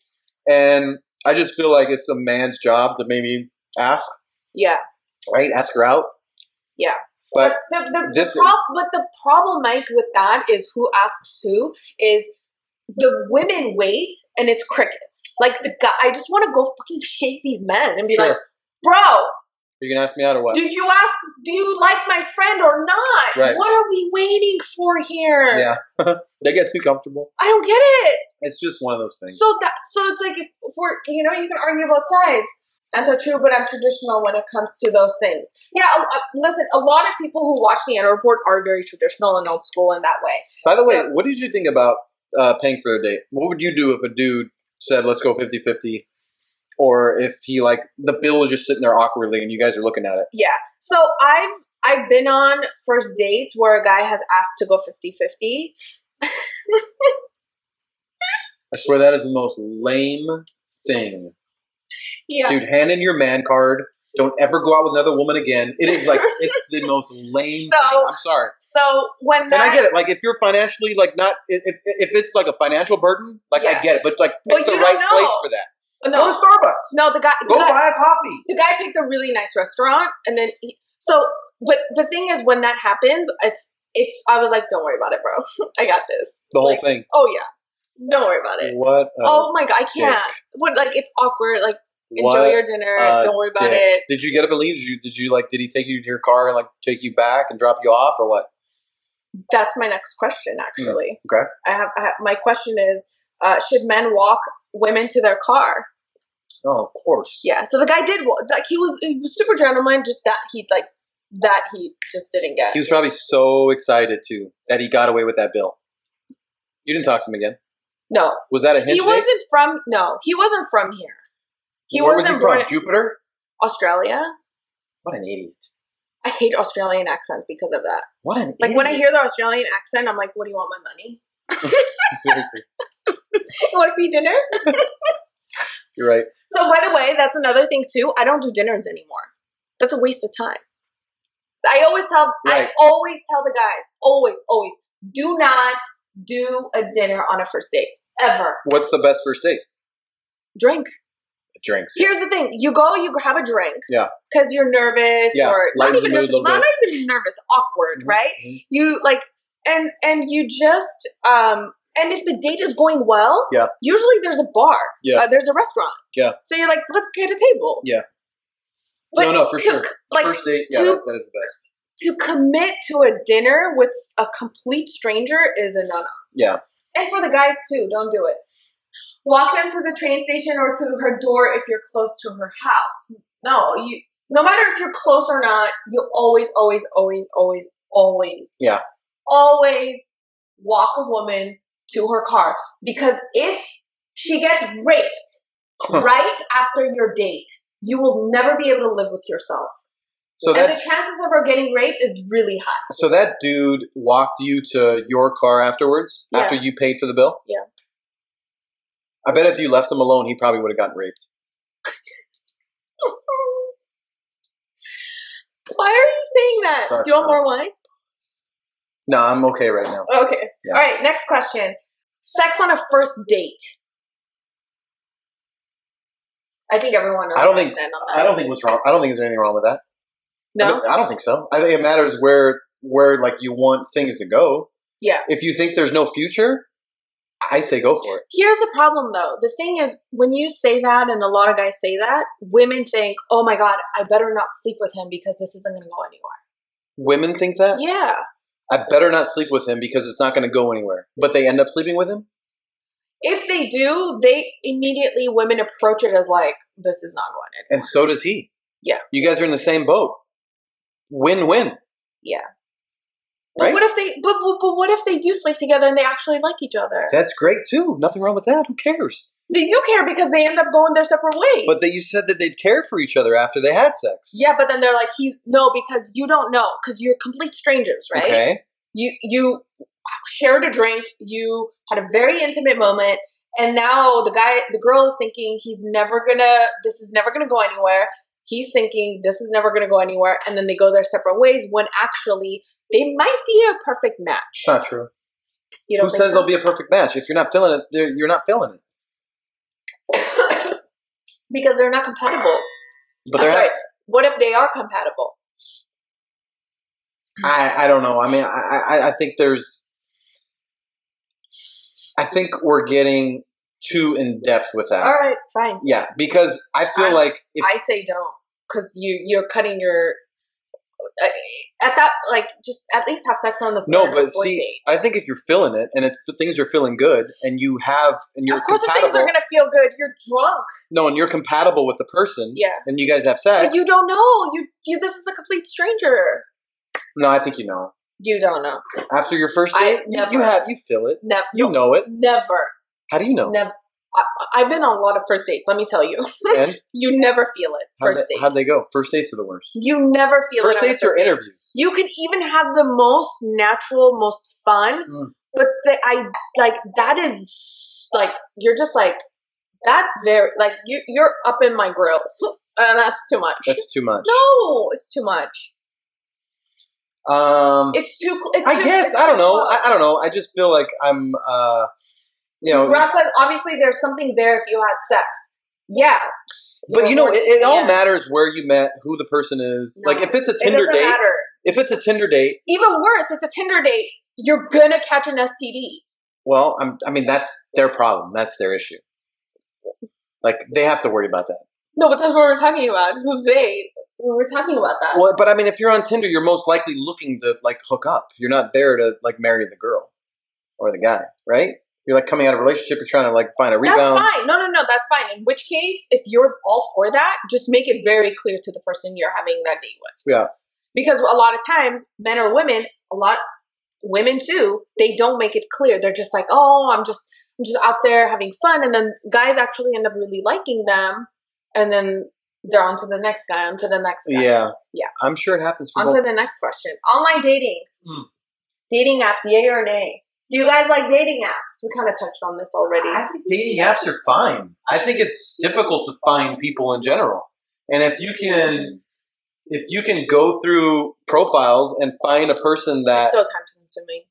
Speaker 2: and I just feel like it's a man's job to maybe ask,
Speaker 1: yeah.
Speaker 2: right? Ask her out.
Speaker 1: Yeah.
Speaker 2: But
Speaker 1: the, the,
Speaker 2: this-
Speaker 1: the prob- but the problem, Mike, with that is who asks who is the women wait and it's crickets. Like the guy, I just want to go fucking shake these men and be
Speaker 2: sure,
Speaker 1: like, bro,
Speaker 2: you can ask me out or what?
Speaker 1: did you ask? Do you like my friend or not?
Speaker 2: Right.
Speaker 1: What are we waiting for here?
Speaker 2: Yeah, they get too comfortable.
Speaker 1: I don't get it.
Speaker 2: It's just one of those things.
Speaker 1: So that so it's like if we're you know you can argue both sides. Anti-true, but I'm traditional when it comes to those things. Yeah, uh, uh, listen, a lot of people who watch the annual report are very traditional and old school in that way.
Speaker 2: By the way,
Speaker 1: so-
Speaker 2: what did you think about uh, paying for a date? What would you do if a dude said, "Let's go 50-50? or if he like the bill was just sitting there awkwardly and you guys are looking at it?
Speaker 1: Yeah. So I've I've been on first dates where a guy has asked to go 50-50.
Speaker 2: I swear that is the most lame thing.
Speaker 1: Yeah.
Speaker 2: Dude, hand in your man card. Don't ever go out with another woman again. It is like it's the most lame.
Speaker 1: So-
Speaker 2: thing. I'm sorry,
Speaker 1: So when
Speaker 2: and
Speaker 1: that
Speaker 2: I get it. Like if you're financially like not, if if if it's like a financial burden, like
Speaker 1: Yeah.
Speaker 2: I get it. But like
Speaker 1: But
Speaker 2: pick the
Speaker 1: you don't
Speaker 2: right
Speaker 1: know.
Speaker 2: place for that. Go to
Speaker 1: No,
Speaker 2: Starbucks.
Speaker 1: no, the guy, the
Speaker 2: Go
Speaker 1: guy,
Speaker 2: buy a coffee.
Speaker 1: the guy picked a really nice restaurant, and then he, so. But the thing is, when that happens, it's it's. I was like, don't worry about it, bro. I got this.
Speaker 2: The whole
Speaker 1: Like,
Speaker 2: thing.
Speaker 1: Oh yeah, don't worry about it.
Speaker 2: What? A,
Speaker 1: oh my god, I can't. What like it's awkward. Like enjoy
Speaker 2: what
Speaker 1: your dinner.
Speaker 2: a
Speaker 1: don't worry about
Speaker 2: dick.
Speaker 1: it.
Speaker 2: Did you get up and leave? Did you, did you like? Did he take you to your car and like take you back and drop you off or what?
Speaker 1: That's my next question. Actually,
Speaker 2: Mm, okay.
Speaker 1: I have, I have my question is, uh, should men walk women to their car?
Speaker 2: Oh, of course.
Speaker 1: Yeah. So the guy did wa- like he was, he was super gentleman. Just that he like that he just didn't get.
Speaker 2: He was probably so excited too that he got away with that bill. You didn't talk to him again.
Speaker 1: no,
Speaker 2: Was that a
Speaker 1: he
Speaker 2: hint?
Speaker 1: wasn't from. No, he wasn't from here. He
Speaker 2: Where was
Speaker 1: wasn't
Speaker 2: he
Speaker 1: born
Speaker 2: from?
Speaker 1: in
Speaker 2: Jupiter.
Speaker 1: Australia.
Speaker 2: What an idiot.
Speaker 1: I hate Australian accents because of that.
Speaker 2: What an
Speaker 1: Like
Speaker 2: idiot.
Speaker 1: when I hear the Australian accent, I'm like, "What do you want my money?
Speaker 2: Seriously,
Speaker 1: You want to feed dinner?"
Speaker 2: you're right.
Speaker 1: So, by the way, that's another thing too. I don't do dinners anymore. That's a waste of time. I always tell,
Speaker 2: Right.
Speaker 1: I always tell the guys, always, always, do not do a dinner on a first date ever.
Speaker 2: What's the best first date?
Speaker 1: Drink.
Speaker 2: Drinks.
Speaker 1: Here's the thing: you go, you have a drink,
Speaker 2: Yeah.
Speaker 1: because you're nervous
Speaker 2: Yeah,
Speaker 1: or not
Speaker 2: lightens the
Speaker 1: even
Speaker 2: mood
Speaker 1: nervous,
Speaker 2: a little
Speaker 1: not,
Speaker 2: bit.
Speaker 1: even nervous, awkward,
Speaker 2: Mhm,
Speaker 1: right?
Speaker 2: mhm.
Speaker 1: You like, and and you just, um, and if the date is going well,
Speaker 2: Yeah.
Speaker 1: usually there's a bar,
Speaker 2: Yeah.
Speaker 1: uh, there's a restaurant,
Speaker 2: Yeah.
Speaker 1: So you're like, let's get a table,
Speaker 2: Yeah.
Speaker 1: But
Speaker 2: no, no, for
Speaker 1: to-
Speaker 2: sure.
Speaker 1: Like
Speaker 2: first date. Yeah,
Speaker 1: two-
Speaker 2: that- that is the best.
Speaker 1: to commit to a dinner with a complete stranger is a no-no.
Speaker 2: Yeah.
Speaker 1: And for the guys too, don't do it. Walk them to the train station or to her door if you're close to her house. No, you. No matter if you're close or not, you always, always, always, always, always.
Speaker 2: Yeah.
Speaker 1: Always walk a woman to her car because if she gets raped right after your date, you will never be able to live with yourself
Speaker 2: So
Speaker 1: and
Speaker 2: that
Speaker 1: the chances of her getting raped is really high.
Speaker 2: so that dude walked you to your car afterwards
Speaker 1: Yeah.
Speaker 2: after you paid for the bill.
Speaker 1: Yeah.
Speaker 2: I bet if you left him alone, he probably would have gotten raped.
Speaker 1: Why are you saying that?
Speaker 2: Such
Speaker 1: Do you want
Speaker 2: a-
Speaker 1: more wine?
Speaker 2: No, I'm okay right now.
Speaker 1: Okay.
Speaker 2: Yeah.
Speaker 1: All right. Next question. Sex on a first date. I think everyone knows.
Speaker 2: I don't
Speaker 1: where
Speaker 2: think-
Speaker 1: stand on that.
Speaker 2: I don't think what's wrong. I don't think there's anything wrong with that. I
Speaker 1: No.
Speaker 2: don't- I don't think so. I think it matters where where like you want things to go.
Speaker 1: Yeah.
Speaker 2: If you think there's no future, I say go for it.
Speaker 1: Here's the problem, though. The thing is, when you say that, and a lot of guys say that, women think, "Oh my God, I better not sleep with him because this isn't going to go anywhere."
Speaker 2: Women think that.
Speaker 1: Yeah.
Speaker 2: I better not sleep with him because it's not going to go anywhere. But they end up sleeping with him.
Speaker 1: If they do, they immediately women approach it as like, "This is not going anywhere."
Speaker 2: And so does he.
Speaker 1: Yeah.
Speaker 2: You guys are in the same boat. Win win.
Speaker 1: But
Speaker 2: Right?
Speaker 1: what if they? But, but but what if they do sleep together and they actually like each other?
Speaker 2: That's great too. Nothing wrong with that. Who cares?
Speaker 1: They do care because they end up going their separate ways.
Speaker 2: But that you said that they'd care for each other after they had sex.
Speaker 1: yeah, but then they're like, he's no, because you don't know, because you're complete strangers, right?
Speaker 2: Okay.
Speaker 1: You you shared a drink, you had a very intimate moment, and now the guy, the girl is thinking he's never gonna, this is never gonna go anywhere. He's thinking this is never gonna go anywhere, and then they go their separate ways when actually they might be a perfect match.
Speaker 2: It's not true. Who
Speaker 1: You don't think
Speaker 2: says
Speaker 1: so?
Speaker 2: they'll be a perfect match? If you're not feeling it, they're- you're not feeling it.
Speaker 1: because they're not compatible.
Speaker 2: But
Speaker 1: I'm
Speaker 2: they're
Speaker 1: sorry. What if they are compatible?
Speaker 2: I, I don't know. I mean, I, I, I think there's. I think we're getting too in depth with that.
Speaker 1: All right, fine.
Speaker 2: Yeah, because I feel
Speaker 1: I'm-
Speaker 2: like if,
Speaker 1: I say don't because you you're cutting your uh, at that like just at least have sex on the
Speaker 2: no,
Speaker 1: third or
Speaker 2: but
Speaker 1: fourth
Speaker 2: see,
Speaker 1: date.
Speaker 2: I think if you're feeling it and it's things are feeling good and you have and you're
Speaker 1: Of course, the
Speaker 2: compatible,
Speaker 1: things are gonna feel good. You're drunk.
Speaker 2: no, and you're compatible with the person,
Speaker 1: Yeah.
Speaker 2: and you guys have sex.
Speaker 1: But you don't know. You, you this is a complete stranger.
Speaker 2: No, I think you know
Speaker 1: You don't know.
Speaker 2: after your first
Speaker 1: I
Speaker 2: date, you-
Speaker 1: never-
Speaker 2: you have you feel it,
Speaker 1: Never.
Speaker 2: you know it.
Speaker 1: Never.
Speaker 2: How do you know?
Speaker 1: Never. I, I've been on a lot of first dates. Let me tell you,
Speaker 2: And
Speaker 1: you never feel it
Speaker 2: how'd
Speaker 1: first
Speaker 2: they,
Speaker 1: date.
Speaker 2: how'd they go? First dates are the worst.
Speaker 1: You never feel
Speaker 2: First
Speaker 1: it. on a
Speaker 2: dates are
Speaker 1: date.
Speaker 2: interviews.
Speaker 1: You can even have the most natural, most fun,
Speaker 2: Mm.
Speaker 1: but the, I like that is like you're just like that's very like you you're up in my grill, and that's too much.
Speaker 2: That's too much.
Speaker 1: no, it's too much.
Speaker 2: Um,
Speaker 1: It's too. cl- It's
Speaker 2: I
Speaker 1: too,
Speaker 2: guess
Speaker 1: it's
Speaker 2: I don't
Speaker 1: too
Speaker 2: know.
Speaker 1: close.
Speaker 2: I, I don't know. I just feel like I'm, uh, you know,
Speaker 1: Rob says obviously there's something there if you had sex. yeah.
Speaker 2: But you know, it, it all
Speaker 1: Yeah.
Speaker 2: matters where you met, who the person is.
Speaker 1: No.
Speaker 2: like if it's a
Speaker 1: It
Speaker 2: Tinder
Speaker 1: doesn't
Speaker 2: date,
Speaker 1: matter.
Speaker 2: if it's a Tinder date,
Speaker 1: Even worse, it's a Tinder date. You're gonna catch an STD.
Speaker 2: well, I'm, I mean, that's their problem. That's their issue. Like they have to worry about that.
Speaker 1: No, but that's what we're talking about. Who's they? We were talking about that.
Speaker 2: Well, but I mean, if you're on Tinder, you're most likely looking to like hook up. You're not there to like marry the girl or the guy, right? You're like coming out of a relationship. You're trying to like find a
Speaker 1: That's
Speaker 2: rebound.
Speaker 1: fine. No, no, no. That's fine. In which case, if you're all for that, just make it very clear to the person you're having that date with.
Speaker 2: Yeah.
Speaker 1: Because a lot of times, men or women, a lot women too, they don't make it clear. They're just like, oh, I'm just, I'm just out there having fun, and then guys actually end up really liking them, and then they're on to the next guy, on to the next guy.
Speaker 2: Yeah,
Speaker 1: Yeah.
Speaker 2: I'm sure it happens. For
Speaker 1: On to
Speaker 2: both.
Speaker 1: the next question. Online dating.
Speaker 2: Hmm.
Speaker 1: Dating apps, yay or nay? Do you guys like dating apps? We kind of touched on this already.
Speaker 2: I think dating apps are fine. I think it's difficult to find people in general, and if you can, if you can go through profiles and find a person that
Speaker 1: so time consuming.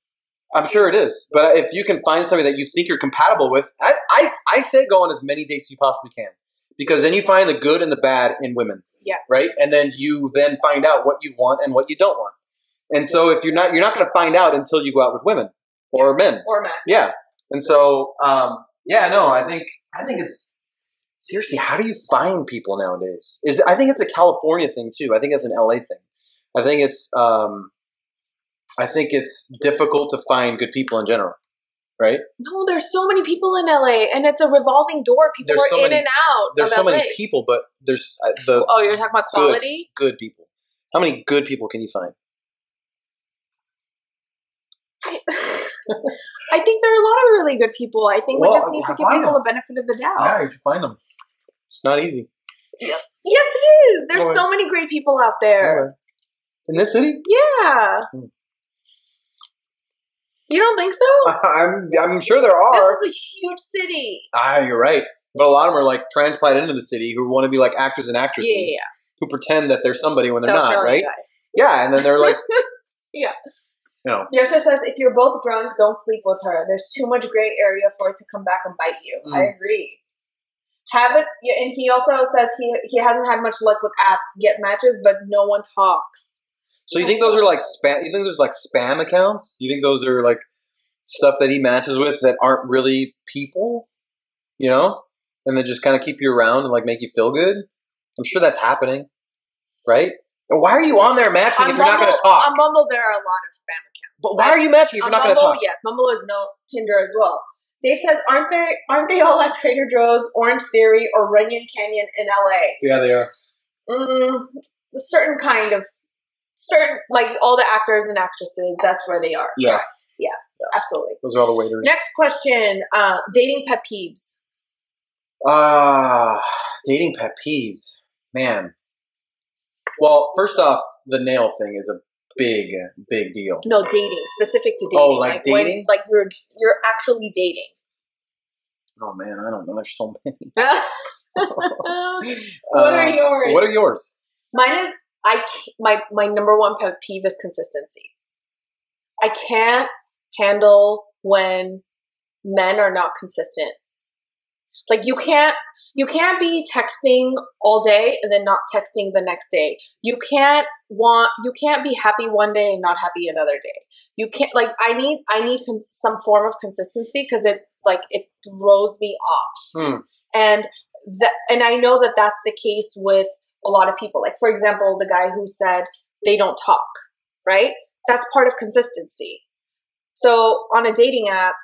Speaker 2: I'm sure it is, but if you can find somebody that you think you're compatible with, I, I, I say go on as many dates you possibly can, because then you find the good and the bad in women.
Speaker 1: Yeah.
Speaker 2: Right, and then you then find out what you want and what you don't want, and so if you're not you're not going to find out until you go out with women or men.
Speaker 1: Or men.
Speaker 2: Yeah. And so, um, yeah, no, I think I think it's seriously. How do you find people nowadays? Is I think it's a California thing too. I think it's an LA thing. I think it's um, I think it's difficult to find good people in general, right?
Speaker 1: No, there's so many people in LA, and it's a revolving door. People
Speaker 2: There's
Speaker 1: are
Speaker 2: so
Speaker 1: in
Speaker 2: many-
Speaker 1: and out.
Speaker 2: There's
Speaker 1: of
Speaker 2: so
Speaker 1: LA.
Speaker 2: many people, but there's uh, the
Speaker 1: Oh, you're talking about
Speaker 2: Good.
Speaker 1: quality?
Speaker 2: good people. How many good people can you find?
Speaker 1: I think there are a lot of really good people. I think
Speaker 2: Well,
Speaker 1: we just need to
Speaker 2: have
Speaker 1: give
Speaker 2: I-
Speaker 1: people the benefit of the doubt.
Speaker 2: you should find them. It's not easy.
Speaker 1: Yes, it is. There's
Speaker 2: Go
Speaker 1: so many great people out there.
Speaker 2: Okay. In this city,
Speaker 1: Yeah.
Speaker 2: Hmm.
Speaker 1: You don't think so?
Speaker 2: I'm I'm sure there are.
Speaker 1: This is a huge city.
Speaker 2: Ah, you're right. But a lot of them are like transplanted into the city who want to be like actors and
Speaker 1: Yeah,
Speaker 2: actresses
Speaker 1: yeah, yeah.
Speaker 2: who pretend that they're somebody when they're
Speaker 1: The
Speaker 2: not,
Speaker 1: Australian
Speaker 2: right?
Speaker 1: guy.
Speaker 2: Yeah, and then they're like,
Speaker 1: Yeah.
Speaker 2: you know,
Speaker 1: Yersha says, if you're both drunk, don't sleep with her. There's too much gray area for it to come back and bite you. I
Speaker 2: Mm.
Speaker 1: agree. Haven't yeah, and he also says he he hasn't had much luck with apps. Get matches, but no one talks.
Speaker 2: so you think those are like spam? You think there's like spam accounts? You think those are like stuff that he matches with that aren't really people, you know, and they just kind of keep you around and like make you feel good? I'm sure that's happening, right? And Why are you on there matching if you're not going to talk?
Speaker 1: on Bumble, there are a lot of spam accounts.
Speaker 2: but why are you matching if you're
Speaker 1: On
Speaker 2: not going to
Speaker 1: Bumble,
Speaker 2: talk?
Speaker 1: yes, Bumble is no Tinder as well. Dave says, aren't they aren't they all at Trader Joe's, Orange Theory, or Runyon Canyon in LA?
Speaker 2: Yeah, they are.
Speaker 1: mm, a certain kind of certain like all the actors and actresses that's where they are
Speaker 2: Yeah,
Speaker 1: absolutely
Speaker 2: those are all the waiters.
Speaker 1: next question uh dating pet peeves
Speaker 2: Ah, dating pet peeves, man. Well, first off, the nail thing is a big, big deal.
Speaker 1: no dating specific to dating
Speaker 2: Oh, like
Speaker 1: when-
Speaker 2: dating?
Speaker 1: like you're you're actually dating
Speaker 2: Oh man, I don't know. There's so many.
Speaker 1: what are
Speaker 2: Uh,
Speaker 1: yours
Speaker 2: What are yours?
Speaker 1: mine is i ca- my my number one pet peeve is consistency i can't handle when men are not consistent like you can't you can't be texting all day and then not texting the next day you can't want you can't be happy one day and not happy another day you can't like i need i need con- some form of consistency because it like it throws me off
Speaker 2: Hmm.
Speaker 1: and that and i know that that's the case with a lot of people like for example the guy who said they don't talk right that's part of consistency so on a dating app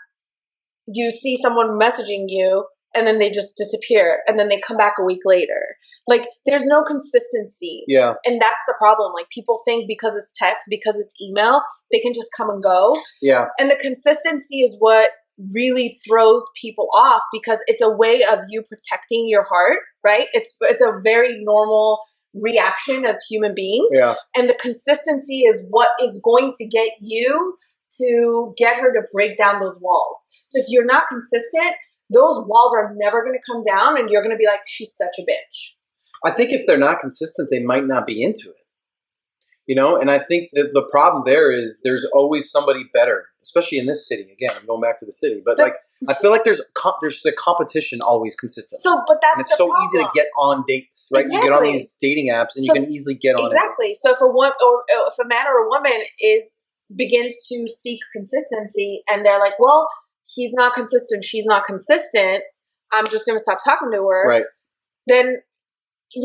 Speaker 1: you see someone messaging you and then they just disappear and then they come back a week later like there's no consistency
Speaker 2: Yeah,
Speaker 1: and that's the problem like people think because it's text because it's email they can just come and go
Speaker 2: yeah,
Speaker 1: and the consistency is what really throws people off because it's a way of you protecting your heart right it's it's a very normal reaction as human beings
Speaker 2: yeah.
Speaker 1: and the consistency is what is going to get you to get her to break down those walls so if you're not consistent those walls are never going to come down and you're going to be like she's such a bitch
Speaker 2: I think if they're not consistent, they might not be into it. You know, and I think that the problem there is there's always somebody better, especially in this city. Again, I'm going back to the city, but
Speaker 1: The-
Speaker 2: like I feel like there's co- there's the competition always consistent.
Speaker 1: So, but that's
Speaker 2: and it's
Speaker 1: the
Speaker 2: so
Speaker 1: problem.
Speaker 2: easy to get on dates, right? You get on
Speaker 1: Exactly.
Speaker 2: these dating apps, and
Speaker 1: So-
Speaker 2: you can easily get on it.
Speaker 1: exactly. So if a one or if a man or a woman is begins to seek consistency, and they're like, "Well, he's not consistent. She's not consistent. I'm just going to stop talking to her."
Speaker 2: Right.
Speaker 1: Then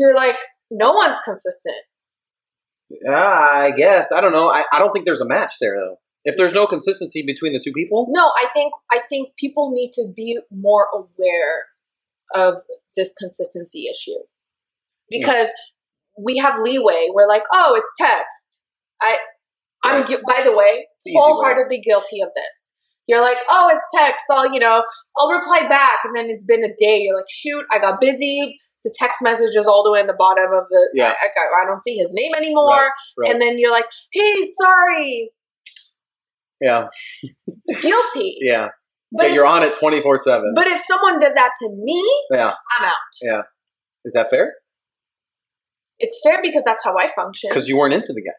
Speaker 1: you're like, "No one's consistent."
Speaker 2: Ah, I guess I don't know. I, I don't think there's a match there though. If there's no consistency between the two people,
Speaker 1: No, I think I think people need to be more aware of this consistency issue because we have leeway. We're like, oh, it's text. I, I'm.
Speaker 2: Right.
Speaker 1: gui- By the way,
Speaker 2: It's easy way.
Speaker 1: wholeheartedly guilty of this. You're like, oh, it's text. I'll, you know, I'll reply back, and then it's been a day. You're like, shoot, I got busy. The text message is all the way in the bottom of the.
Speaker 2: Yeah.
Speaker 1: I, I, got- I don't see his name anymore.
Speaker 2: right.
Speaker 1: And then you're like, hey, sorry,
Speaker 2: yeah,
Speaker 1: guilty.
Speaker 2: yeah,
Speaker 1: But
Speaker 2: yeah,
Speaker 1: if
Speaker 2: you're on it twenty four seven.
Speaker 1: But if someone did that to me,
Speaker 2: Yeah,
Speaker 1: I'm out.
Speaker 2: is that fair?
Speaker 1: It's fair because that's how I function.
Speaker 2: Because you weren't into the guy.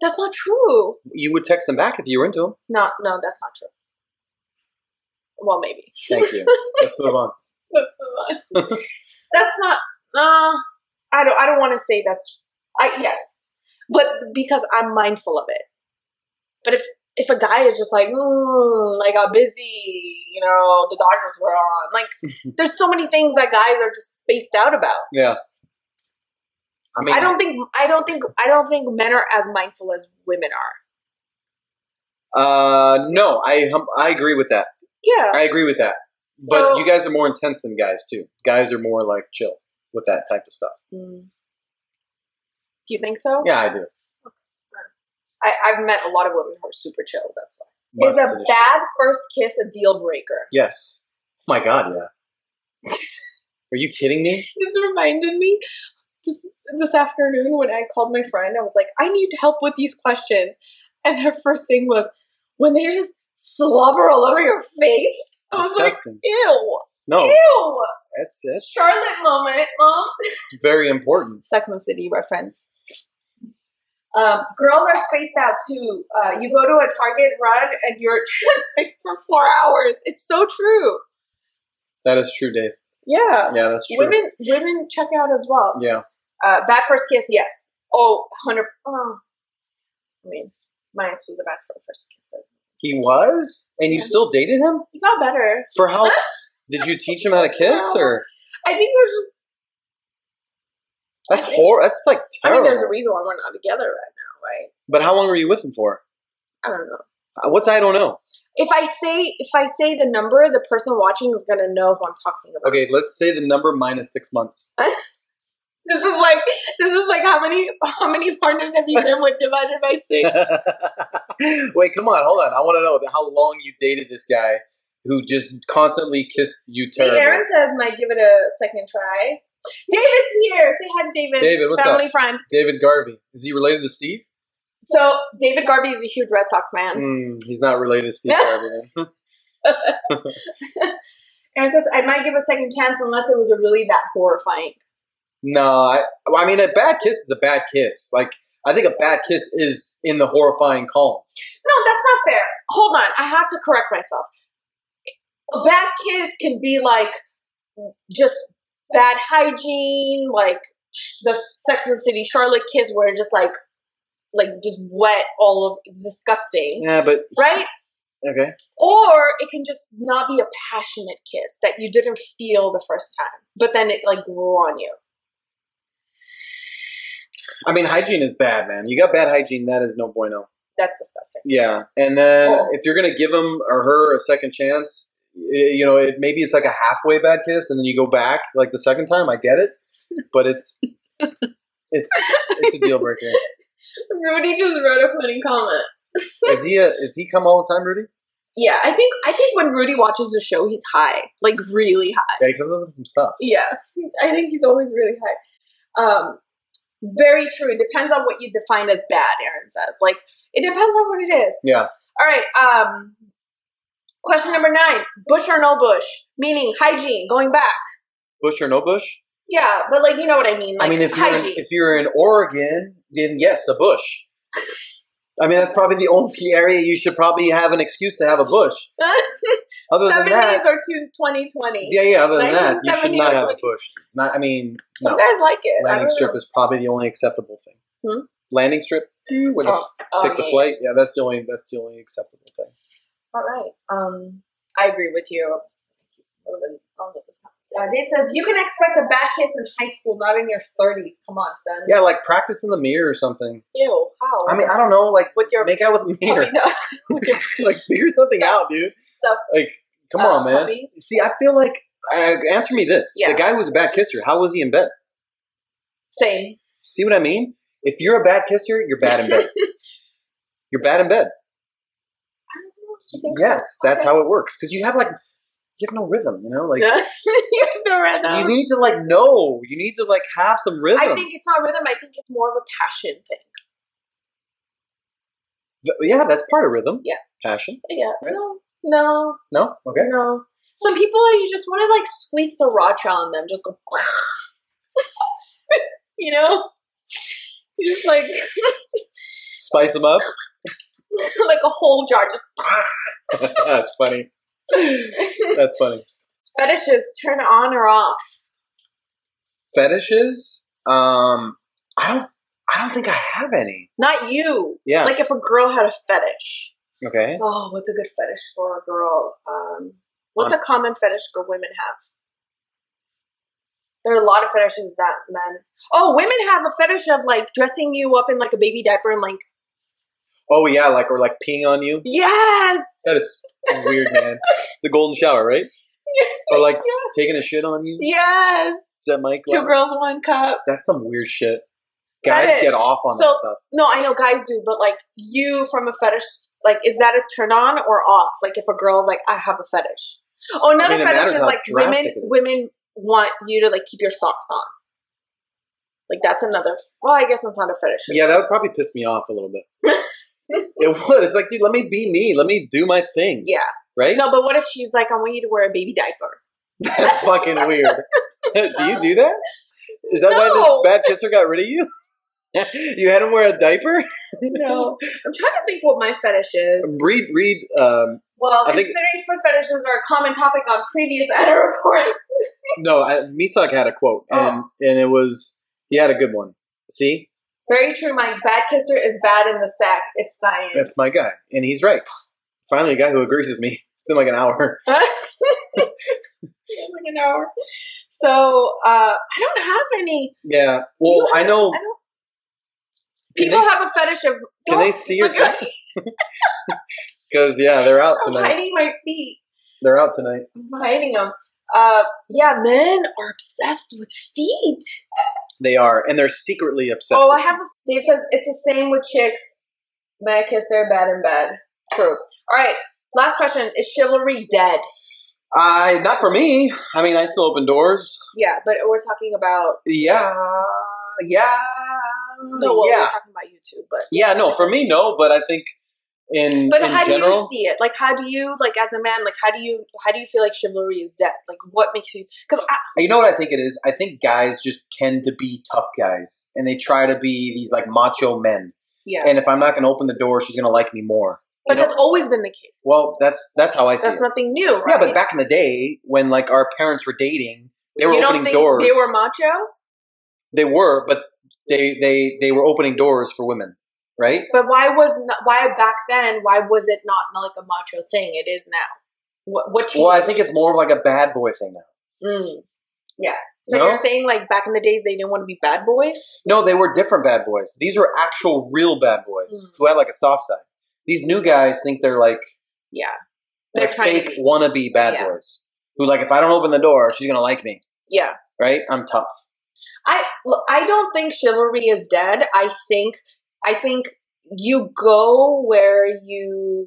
Speaker 1: That's not true.
Speaker 2: You would text him back if you were into him.
Speaker 1: No, no, that's not true. Well, maybe.
Speaker 2: Thank you. Let's move on.
Speaker 1: that's not. Uh, I don't. I don't want to say that's. I yes, but because I'm mindful of it. But if if a guy is just like, mm, I got busy, you know, the Dodgers were on. Like, there's so many things that guys are just spaced out about.
Speaker 2: Yeah. I mean,
Speaker 1: I don't think I don't think I don't think men are as mindful as women are.
Speaker 2: Uh, no, I hum- I agree with that.
Speaker 1: Yeah.
Speaker 2: I agree with that. But
Speaker 1: So-
Speaker 2: you guys are more intense than guys too. Guys are more like chill with that type of stuff.
Speaker 1: Mm. Do you think so?
Speaker 2: Yeah, I do.
Speaker 1: I, I've met a lot of women who are super chill. That's why.
Speaker 2: Must
Speaker 1: Is a
Speaker 2: initiate.
Speaker 1: bad first kiss a deal breaker?
Speaker 2: Yes. Oh my God, yeah. are you kidding me?
Speaker 1: This reminded me this this afternoon when I called my friend. I was like, I need help with these questions, and her first thing was when they just slobber all over your face. I was like,
Speaker 2: Disgusting.
Speaker 1: ew,
Speaker 2: No,
Speaker 1: ew.
Speaker 2: that's that's
Speaker 1: Charlotte moment, mom.
Speaker 2: very important.
Speaker 1: Second City reference. Um, girls are spaced out too. Uh, you go to a Target run and you're transfixed for four hours. It's so true.
Speaker 2: That is true, Dave.
Speaker 1: Yeah.
Speaker 2: Yeah, that's true.
Speaker 1: Women women check out as well.
Speaker 2: Yeah.
Speaker 1: Uh, bad first kiss, yes. Oh, 100. Oh. I mean, my ex was a bad for first kiss. but
Speaker 2: He was, and you
Speaker 1: Yeah.
Speaker 2: still dated him
Speaker 1: He got better.
Speaker 2: for how? Did you teach him how to kiss, or
Speaker 1: I think it was just,
Speaker 2: that's
Speaker 1: I think-
Speaker 2: hor? That's like
Speaker 1: I
Speaker 2: terrible.
Speaker 1: mean, there's a reason why we're not together right now, right?
Speaker 2: But how long were you with him for?
Speaker 1: I don't know.
Speaker 2: Uh, What's I don't know.
Speaker 1: If I say if I say the number, the person watching is gonna know who I'm talking about.
Speaker 2: Okay, let's say the number minus six months.
Speaker 1: This is like this is like how many how many partners have you been with divided by six?
Speaker 2: Wait, come on, hold on. I want to know how long you dated this guy who just constantly kissed you
Speaker 1: See, Aaron
Speaker 2: terrible.
Speaker 1: says might give it a second try. David's here. Say hi to David.
Speaker 2: David, what's
Speaker 1: family friend.
Speaker 2: David Garvey. Is he related to Steve?
Speaker 1: So David Garvey is a huge Red Sox fan.
Speaker 2: Mm, he's not related to Steve Garvey. then.
Speaker 1: Aaron says I might give a second chance unless it was a really that horrifying.
Speaker 2: no, I, well, I mean, a bad kiss is a bad kiss. Like, I think a bad kiss is in the horrifying column.
Speaker 1: No, that's not fair. Hold on, I have to correct myself. A bad kiss can be like just bad hygiene, like sh- the Sex and the City Charlotte kiss, where just like, like just wet all of disgusting,
Speaker 2: Yeah, but
Speaker 1: right?
Speaker 2: okay.
Speaker 1: Or it can just not be a passionate kiss that you didn't feel the first time, but then it like grew on you.
Speaker 2: I mean, hygiene is bad, man. You got bad hygiene, that is no bueno.
Speaker 1: That's disgusting.
Speaker 2: Yeah, and then
Speaker 1: Oh.
Speaker 2: if you're gonna give him or her a second chance, y- you know, it, maybe it's like a halfway bad kiss, and then you go back like the second time. I get it, but it's it's it's a deal breaker.
Speaker 1: Rudy just wrote a funny comment.
Speaker 2: Is he a, is he come all the time, Rudy?
Speaker 1: Yeah, I think I think when Rudy watches the show, he's high, like really high.
Speaker 2: Yeah, he comes up with some stuff.
Speaker 1: Yeah, I think he's always really high. Um, very true. It depends on what you define as bad, Aaron says. Like, it depends on what it is.
Speaker 2: Yeah,
Speaker 1: All right. Um, question number nine Bush or no Bush? Meaning hygiene, going back.
Speaker 2: bush or no bush.
Speaker 1: Yeah, but like, you know what I mean. Like,
Speaker 2: I mean, if you're in,
Speaker 1: hygiene.
Speaker 2: if you're in Oregon, then yes, a bush. I mean, that's probably the only area you should probably have an excuse to have a bush. Other than
Speaker 1: Seventies
Speaker 2: that,
Speaker 1: or two, 2020.
Speaker 2: yeah, yeah. Other than that, you should
Speaker 1: 1970
Speaker 2: not
Speaker 1: or
Speaker 2: have a
Speaker 1: 20.
Speaker 2: bush. Not, I mean,
Speaker 1: Some
Speaker 2: no.
Speaker 1: guys like it. I
Speaker 2: Landing
Speaker 1: don't
Speaker 2: strip
Speaker 1: know.
Speaker 2: is probably the only acceptable thing.
Speaker 1: Hmm?
Speaker 2: Landing strip, when you
Speaker 1: Oh, oh,
Speaker 2: take the
Speaker 1: yeah,
Speaker 2: flight. Yeah, that's the only that's the only acceptable thing.
Speaker 1: All right. Um, I agree with you. Uh, Dave says you can expect a bad kiss in high school, not in your thirties. Come on, son.
Speaker 2: Yeah, like practice in the mirror or something.
Speaker 1: Ew. How?
Speaker 2: I mean, I don't know. Like
Speaker 1: with your
Speaker 2: make out with a mirror.
Speaker 1: puppy dog- with your
Speaker 2: like figure something out, dude.
Speaker 1: stuff.
Speaker 2: Like, come
Speaker 1: Uh,
Speaker 2: on, man.
Speaker 1: puppy?
Speaker 2: See, I feel like uh, answer me this:
Speaker 1: Yeah.
Speaker 2: the guy who's a bad kisser, how was he in bed?
Speaker 1: Same.
Speaker 2: See what I mean? If you're a bad kisser, you're bad in bed. you're bad in bed.
Speaker 1: I don't know if you think so.
Speaker 2: Yes, that's
Speaker 1: Okay.
Speaker 2: how it works. Because you have like you have no rhythm, you know. Like
Speaker 1: you have the rhythm.
Speaker 2: you need to like know. You need to like have some rhythm.
Speaker 1: Um, I think it's not rhythm. I think it's more of a passion thing.
Speaker 2: Th- yeah, that's part of rhythm.
Speaker 1: Yeah.
Speaker 2: passion.
Speaker 1: Yeah.
Speaker 2: Right.
Speaker 1: No. No.
Speaker 2: No, okay.
Speaker 1: No. Some people you just want to like squeeze sriracha on them, just go you know? You just like
Speaker 2: Spice them up.
Speaker 1: like a whole jar just
Speaker 2: that's funny. That's funny.
Speaker 1: fetishes turn on or off.
Speaker 2: Fetishes. Um, I don't. I don't think I have any.
Speaker 1: Not you.
Speaker 2: Yeah.
Speaker 1: Like if a girl had a fetish.
Speaker 2: okay.
Speaker 1: Oh, what's a good fetish for a girl? Um, what's a common fetish good women have? There are a lot of fetishes that men. Oh, women have a fetish of like dressing you up in like a baby diaper and like
Speaker 2: Oh yeah, like or like peeing on you.
Speaker 1: yes,
Speaker 2: That is weird, man. It's a golden shower, right? Or like taking a shit on you.
Speaker 1: yes.
Speaker 2: Is that Mike?
Speaker 1: Two girls, one cup.
Speaker 2: That's some weird shit. Guys
Speaker 1: Fetish.
Speaker 2: get off on
Speaker 1: So-
Speaker 2: that stuff.
Speaker 1: No, I know guys do, but like you from a fetish, like is that a turn on or off? Like if a girl's like, I have a fetish. Oh, another
Speaker 2: mean, it
Speaker 1: fetish
Speaker 2: matters
Speaker 1: is
Speaker 2: how
Speaker 1: like
Speaker 2: drastic
Speaker 1: women.
Speaker 2: it is.
Speaker 1: Women want you to like keep your socks on. Like that's another. Well, I guess it's not a fetish.
Speaker 2: Yeah, that would probably piss me off a little bit. it would. It's like, dude, let me be me. Let me do my thing.
Speaker 1: Yeah.
Speaker 2: Right?
Speaker 1: No, but what if she's like, I want you to wear a baby diaper?
Speaker 2: That's fucking weird. do you do that? Is that
Speaker 1: No.
Speaker 2: why this bad kisser got rid of you? you had him wear a diaper?
Speaker 1: No, I'm trying to think what my fetish is.
Speaker 2: Read, read. Um,
Speaker 1: Well,
Speaker 2: I think-
Speaker 1: considering foot fetishes are a common topic on previous Edda reports.
Speaker 2: no, I, Misak had a quote,
Speaker 1: Oh.
Speaker 2: and, and it was, he had a good one. See?
Speaker 1: Very true, Mike. Bad kisser is bad in the sack. It's science.
Speaker 2: That's my guy. And he's right. Finally, a guy who agrees with me. It's been like an hour.
Speaker 1: like an hour. So uh, I don't have any.
Speaker 2: Yeah.
Speaker 1: Do you
Speaker 2: Well, I
Speaker 1: have-
Speaker 2: know.
Speaker 1: I don't,
Speaker 2: Can
Speaker 1: people
Speaker 2: they
Speaker 1: have a
Speaker 2: s-
Speaker 1: fetish of.
Speaker 2: Can they
Speaker 1: don't-
Speaker 2: see your
Speaker 1: look at-
Speaker 2: feet? Because, yeah, they're out
Speaker 1: I'm
Speaker 2: tonight.
Speaker 1: hiding my feet.
Speaker 2: They're out tonight.
Speaker 1: I'm hiding them. Uh, yeah, men are obsessed with feet.
Speaker 2: They are. And they're secretly obsessed.
Speaker 1: Oh,
Speaker 2: with
Speaker 1: I have. A, Dave says it's the same with chicks. May I kiss her? Bad and bad. True. All right. Last question: Is chivalry dead?
Speaker 2: you. I, not for me. I mean, I still open doors.
Speaker 1: Yeah, but we're talking about.
Speaker 2: Yeah. Yeah.
Speaker 1: No, well,
Speaker 2: yeah.
Speaker 1: we're talking about you too. But
Speaker 2: Yeah, no, for me, no. But I think in,
Speaker 1: but
Speaker 2: in
Speaker 1: how
Speaker 2: general.
Speaker 1: do you see it? Like, how do you like as a man? Like, how do you how do you feel like chivalry is dead? Like, what makes you? Because
Speaker 2: uh, You know what I think it is? I think guys just tend to be tough guys, and they try to be these like macho men.
Speaker 1: yeah,
Speaker 2: And if I'm not going to open the door, she's going to like me more.
Speaker 1: but
Speaker 2: you know-
Speaker 1: that's always been the case.
Speaker 2: Well, that's that's how I see
Speaker 1: that's
Speaker 2: it.
Speaker 1: nothing new. Right?
Speaker 2: Yeah, but back in the day when like our parents were dating, they were
Speaker 1: you
Speaker 2: opening
Speaker 1: don't think
Speaker 2: doors.
Speaker 1: they were macho,
Speaker 2: They were, but they they they were opening doors for women, right?
Speaker 1: but why was not, why back then? Why was it not, not like a macho thing? It is now. What what?
Speaker 2: Well, I think it's more of like a bad boy thing now.
Speaker 1: Mm. Yeah. So
Speaker 2: No?
Speaker 1: you're saying like back in the days they didn't want to be bad boys?
Speaker 2: No, they were different bad boys. These were actual real bad boys
Speaker 1: Mm.
Speaker 2: who had like a soft side. These new guys think they're like
Speaker 1: Yeah. They're
Speaker 2: they're
Speaker 1: trying
Speaker 2: fake
Speaker 1: to be.
Speaker 2: wannabe bad
Speaker 1: Yeah.
Speaker 2: boys who like if I don't open the door, she's gonna like me,
Speaker 1: Yeah.
Speaker 2: right? I'm tough.
Speaker 1: I look, I don't think chivalry is dead. I think I think you go where you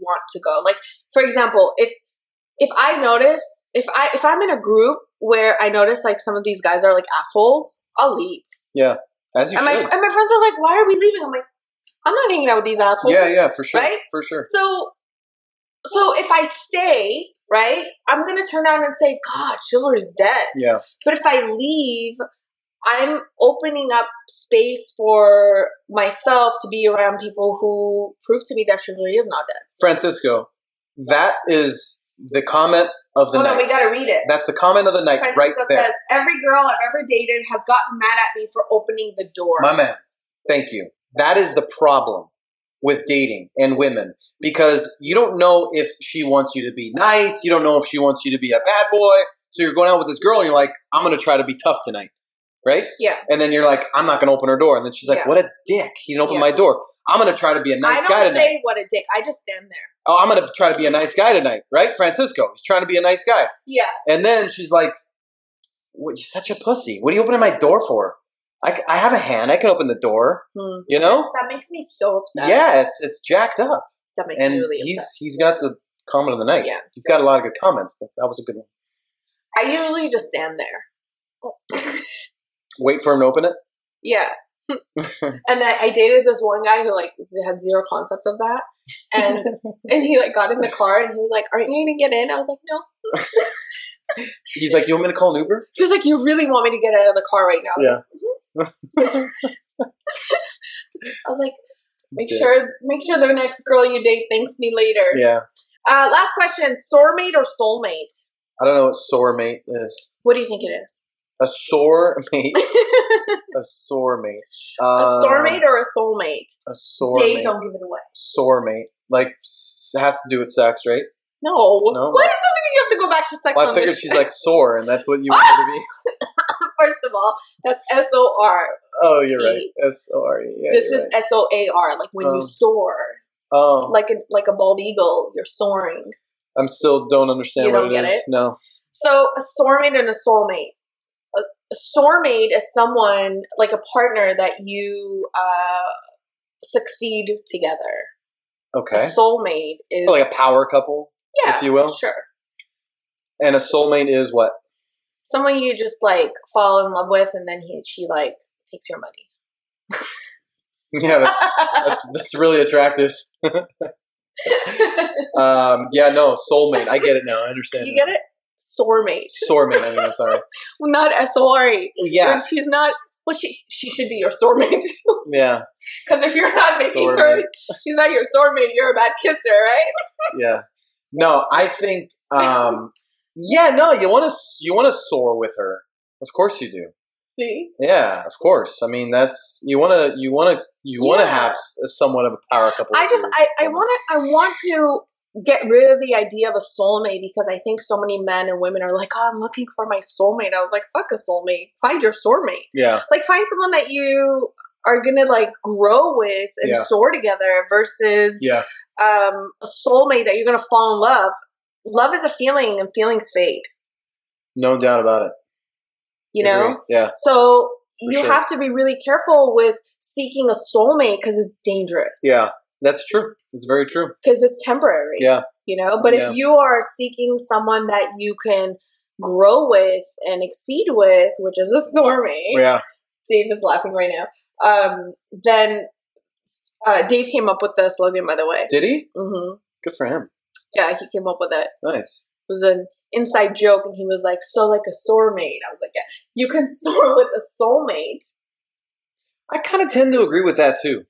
Speaker 1: want to go. Like for example, if if I notice if I if I'm in a group where I notice like some of these guys are like assholes, I'll leave.
Speaker 2: As you
Speaker 1: and my
Speaker 2: should.
Speaker 1: and my friends are like, "Why are we leaving?" I'm like, "I'm not hanging out with these assholes."
Speaker 2: yeah, yeah, for sure,
Speaker 1: right?
Speaker 2: for sure.
Speaker 1: So, so if I stay, right, I'm gonna turn around and say, "God, Schiller is dead."
Speaker 2: Yeah,
Speaker 1: But if I leave, I'm opening up space for myself to be around people who prove to me that she really is not dead.
Speaker 2: Francisco, that is the comment of the
Speaker 1: Hold on,
Speaker 2: night.
Speaker 1: we gotta read it.
Speaker 2: That's the comment of the night
Speaker 1: Francisco
Speaker 2: right there.
Speaker 1: says every girl I've ever dated has gotten mad at me for opening the door.
Speaker 2: My man, thank you. That is the problem with dating and women because you don't know if she wants you to be nice. You don't know if she wants you to be a bad boy. So you're going out with this girl and you're like, I'm going to try to be tough tonight. Right?
Speaker 1: yeah,
Speaker 2: And then you're like, I'm not going to open her door. And then she's like,
Speaker 1: Yeah.
Speaker 2: what a dick. He didn't open
Speaker 1: Yeah.
Speaker 2: my door. I'm going to try to be a nice
Speaker 1: I
Speaker 2: guy
Speaker 1: don't
Speaker 2: tonight.
Speaker 1: say what a dick. I just stand there.
Speaker 2: oh, I'm going to try to be a nice guy tonight. Right? Francisco, he's trying to be a nice guy.
Speaker 1: Yeah,
Speaker 2: And then she's like, what, you're such a pussy. What are you opening my door for? I, c- I have a hand. I can open the door.
Speaker 1: Hmm.
Speaker 2: You know?
Speaker 1: that makes me so upset.
Speaker 2: Yeah, it's it's jacked up,
Speaker 1: that makes
Speaker 2: and
Speaker 1: me really
Speaker 2: he's
Speaker 1: upset.
Speaker 2: he's got the comment of the night.
Speaker 1: Yeah.
Speaker 2: you've got a lot of good comments, but that was a good one.
Speaker 1: I usually just stand there.
Speaker 2: Wait for him to open it.
Speaker 1: Yeah. and I, I dated this one guy who like had zero concept of that, and and he like got in the car and he was like, "Aren't you gonna get in?" I was like, "No."
Speaker 2: He's like, "You want me to call an Uber?"
Speaker 1: He was like, "You really want me to get out of the car right now?" I was
Speaker 2: Yeah.
Speaker 1: like, "Mhm." I was like, "Make
Speaker 2: Yeah.
Speaker 1: sure, make sure the next girl you date thanks me later."
Speaker 2: Yeah,
Speaker 1: Uh, last question: soulmate or soulmate?
Speaker 2: I don't know what sore mate is.
Speaker 1: What do you think it is?
Speaker 2: A sore mate. a sore mate.
Speaker 1: A
Speaker 2: Uh,
Speaker 1: soulmate or a soulmate?
Speaker 2: A sore
Speaker 1: Dave,
Speaker 2: mate.
Speaker 1: don't give it away.
Speaker 2: Sore mate. Like s- has to do with sex, right?
Speaker 1: No.
Speaker 2: No.
Speaker 1: Why does somebody have to go back to sex?
Speaker 2: Well, I
Speaker 1: on
Speaker 2: figured
Speaker 1: this?
Speaker 2: she's like sore, and that's what you want her to be.
Speaker 1: First of all, that's S O R.
Speaker 2: Oh, you're right. S O R E. Yeah,
Speaker 1: This
Speaker 2: you're
Speaker 1: is
Speaker 2: right.
Speaker 1: S O A R. Like when
Speaker 2: Oh.
Speaker 1: you soar,
Speaker 2: oh,
Speaker 1: like a like a bald eagle, you're soaring.
Speaker 2: I'm still don't understand
Speaker 1: You
Speaker 2: what
Speaker 1: don't
Speaker 2: it
Speaker 1: get
Speaker 2: is.
Speaker 1: it?
Speaker 2: No.
Speaker 1: So a soulmate and a soulmate. A, a soulmate is someone like a partner that you uh, succeed together.
Speaker 2: Okay. Oh,
Speaker 1: A soulmate is
Speaker 2: like a power couple.
Speaker 1: yeah,
Speaker 2: if you will.
Speaker 1: sure.
Speaker 2: And a soulmate is what?
Speaker 1: Someone you just like fall in love with, and then he she like takes your money.
Speaker 2: Yeah, that's that's, that's really attractive. Um, yeah, no, soulmate. I get it now. I understand.
Speaker 1: you get it, soulmate,
Speaker 2: Soulmate. I mean, I'm sorry.
Speaker 1: not S O R E.
Speaker 2: Yeah,
Speaker 1: And she's not. Well, she she should be your soulmate.
Speaker 2: yeah,
Speaker 1: Because if you're not making her, she's not your soulmate. You're a bad kisser, right?
Speaker 2: yeah. No, I think. Um, yeah, no. You want to you want to soar with her. Of course you do.
Speaker 1: See,
Speaker 2: Yeah, of course. I mean, that's you want to you want to you want to
Speaker 1: Yeah.
Speaker 2: have s- somewhat of a power couple.
Speaker 1: I
Speaker 2: with
Speaker 1: just
Speaker 2: your
Speaker 1: I I
Speaker 2: woman.
Speaker 1: want to I want to get rid of the idea of a soulmate because I think so many men and women are like, oh, I'm looking for my soulmate. I was like, fuck a soulmate. Find your soulmate.
Speaker 2: Yeah,
Speaker 1: Like find someone that you are gonna like grow with and
Speaker 2: Yeah.
Speaker 1: soar together versus
Speaker 2: yeah.
Speaker 1: um a soulmate that you're gonna fall in love. Love is a feeling and feelings fade.
Speaker 2: No doubt about it.
Speaker 1: You know.
Speaker 2: Agree. Yeah.
Speaker 1: So
Speaker 2: For
Speaker 1: you
Speaker 2: sure.
Speaker 1: have to be really careful with seeking a soulmate because it's dangerous.
Speaker 2: Yeah. That's true. It's very true.
Speaker 1: Because it's temporary.
Speaker 2: Yeah.
Speaker 1: You know, but
Speaker 2: Yeah.
Speaker 1: if you are seeking someone that you can grow with and exceed with, which is a soulmate,
Speaker 2: oh, Yeah.
Speaker 1: Dave is laughing right now. Um, then uh, Dave came up with the slogan, by the way.
Speaker 2: Did he?
Speaker 1: hmm
Speaker 2: Good for him.
Speaker 1: Yeah, he came up with it.
Speaker 2: Nice.
Speaker 1: It was an inside joke, and he was like, "So like a soulmate." I was like, yeah, "You can soar with a soulmate."
Speaker 2: I kind of tend to agree with that too,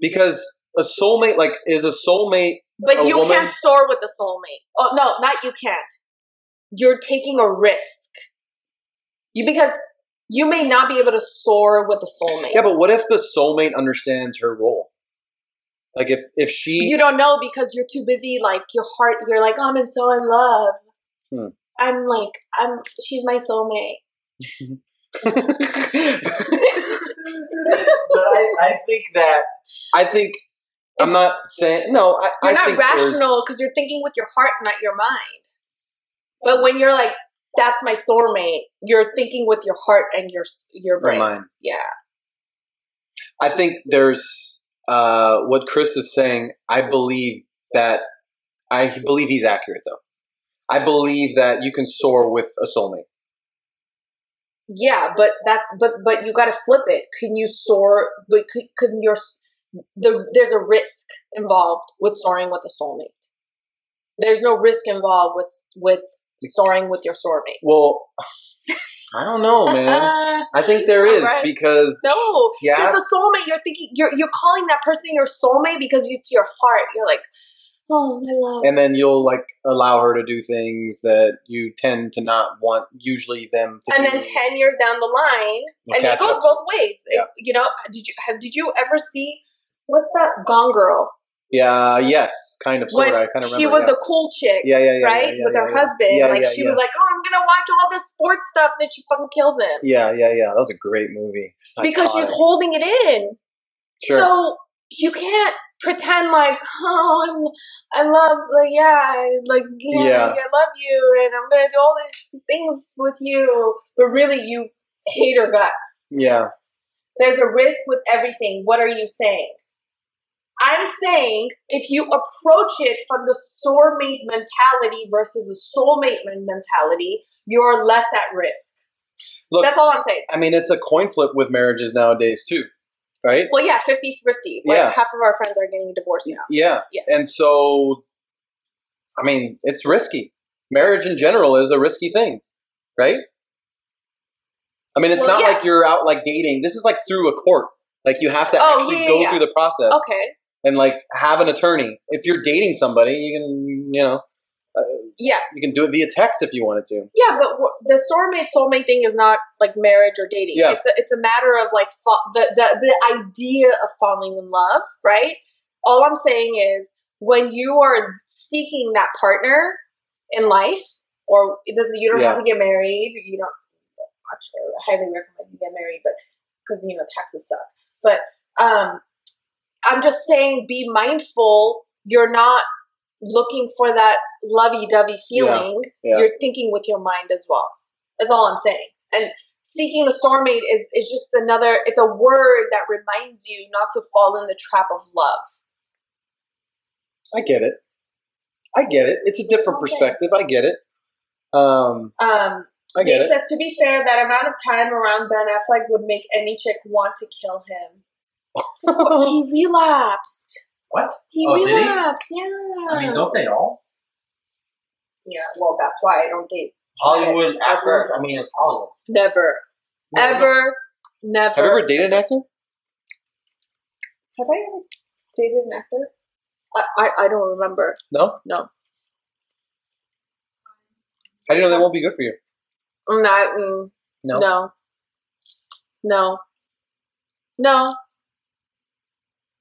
Speaker 2: because a soulmate, like, is a soulmate.
Speaker 1: But
Speaker 2: a
Speaker 1: you
Speaker 2: woman-
Speaker 1: can't soar with a soulmate. Oh no, not you can't. You're taking a risk. You because you may not be able to soar with a soulmate.
Speaker 2: Yeah, but what if the soulmate understands her role? Like, if if she,
Speaker 1: you don't know because you're too busy. Like your heart, you're like, oh, I'm so in love.
Speaker 2: Hmm.
Speaker 1: I'm like, I'm. She's my soulmate.
Speaker 2: but I, I think that I think I'm not saying no. I,
Speaker 1: You're
Speaker 2: I
Speaker 1: not
Speaker 2: think there's-
Speaker 1: rational because you're thinking with your heart, not your mind. But when you're like, that's my soulmate, you're thinking with your heart and your s- your
Speaker 2: Never
Speaker 1: brain.
Speaker 2: mind.
Speaker 1: Yeah.
Speaker 2: I think there's uh, what Chris is saying. I believe that I believe he's accurate though. I believe that you can soar with a soulmate.
Speaker 1: Yeah, but that but but you got to flip it. Can you soar? But could, could your the there's a risk involved with soaring with a soulmate. There's no risk involved with with soaring with your soulmate.
Speaker 2: Well, I don't know, man.
Speaker 1: Uh,
Speaker 2: I think there is
Speaker 1: Alright.
Speaker 2: because
Speaker 1: no,
Speaker 2: Yeah.
Speaker 1: because a soulmate, you're thinking you're you're calling that person your soulmate because it's your heart. You're like, oh my love.
Speaker 2: and then you'll like allow her to do things that you tend to not want usually them to
Speaker 1: and
Speaker 2: do.
Speaker 1: then 10 years down the line
Speaker 2: We'll
Speaker 1: and it
Speaker 2: catch
Speaker 1: goes
Speaker 2: up to
Speaker 1: both ways It-
Speaker 2: Yeah.
Speaker 1: you know did you have did you ever see what's that gone girl
Speaker 2: Yeah, yes, kind of sort of.
Speaker 1: when
Speaker 2: I kind of remember.
Speaker 1: she was
Speaker 2: yeah.
Speaker 1: a cool chick
Speaker 2: yeah, yeah, yeah, yeah,
Speaker 1: right
Speaker 2: yeah,
Speaker 1: with
Speaker 2: yeah,
Speaker 1: her
Speaker 2: yeah.
Speaker 1: husband
Speaker 2: Yeah,
Speaker 1: like
Speaker 2: yeah,
Speaker 1: she
Speaker 2: yeah.
Speaker 1: was like oh i'm gonna watch all this sports stuff and then she fucking kills him
Speaker 2: Yeah, yeah, yeah. That was a great movie.
Speaker 1: because she's
Speaker 2: Psychotic.
Speaker 1: holding it in
Speaker 2: Sure.
Speaker 1: so you can't pretend like oh I'm, i love like yeah I- like yeah,
Speaker 2: Yeah.
Speaker 1: i love you and i'm gonna do all these things with you but really you hate her guts
Speaker 2: yeah,
Speaker 1: There's a risk with everything. What are you saying? I'm saying if you approach it from the soulmate mentality versus a soulmate men- mentality, you're less at risk.
Speaker 2: Look-
Speaker 1: That's all I'm saying.
Speaker 2: I mean it's a coin flip with marriages nowadays too, right?
Speaker 1: Well, yeah, 50 50. Like
Speaker 2: Yeah.
Speaker 1: half of our friends are getting divorced now.
Speaker 2: Yeah.
Speaker 1: Yeah.
Speaker 2: And so, I mean, it's risky. Marriage in general is a risky thing, right? I mean, it's not
Speaker 1: Well, yeah.
Speaker 2: like you're out like dating. This is like through a court. Like you have to
Speaker 1: Oh,
Speaker 2: actually
Speaker 1: yeah,
Speaker 2: go
Speaker 1: yeah,
Speaker 2: through the process
Speaker 1: Okay.
Speaker 2: and like have an attorney. If you're dating somebody, you can you know
Speaker 1: Yes.
Speaker 2: you can do it via text if you wanted to.
Speaker 1: Yeah, but wh- the soulmate soulmate thing is not like marriage or dating.
Speaker 2: Yeah.
Speaker 1: It's a, it's a matter of like fa- the, the the idea of falling in love, right? All I'm saying is when you are seeking that partner in life, or it doesn't you don't
Speaker 2: Yeah.
Speaker 1: have to get married. You don't actually I highly recommend you get married, but because you know taxes suck. But um, I'm just saying, be mindful. You're not looking for that lovey-dovey feeling
Speaker 2: Yeah.
Speaker 1: you're thinking with your mind as well. That's all I'm saying. And seeking a soulmate is is just another. It's a word that reminds you not to fall in the trap of love.
Speaker 2: I get it. I get it. It's a different
Speaker 1: Okay.
Speaker 2: perspective. I get it. Um,
Speaker 1: Um,
Speaker 2: I get
Speaker 1: Dave
Speaker 2: it.
Speaker 1: says, to be fair, that amount of time around Ben Affleck would make any chick want to kill him. But he relapsed.
Speaker 2: What?
Speaker 1: He
Speaker 2: Oh, did he?
Speaker 1: relapsed. Yeah.
Speaker 6: Uh,
Speaker 2: they all?
Speaker 1: yeah. Well, that's why I don't date.
Speaker 6: Hollywood
Speaker 1: Ever.
Speaker 6: actors. I mean, it's Hollywood.
Speaker 1: Never, ever, never.
Speaker 2: Have you ever dated an actor?
Speaker 1: Have I ever dated an actor? I, I, I don't remember.
Speaker 2: No.
Speaker 1: No.
Speaker 2: How do you know they won't be good for you?
Speaker 1: Mm, I, mm,
Speaker 2: No.
Speaker 1: No. No. No.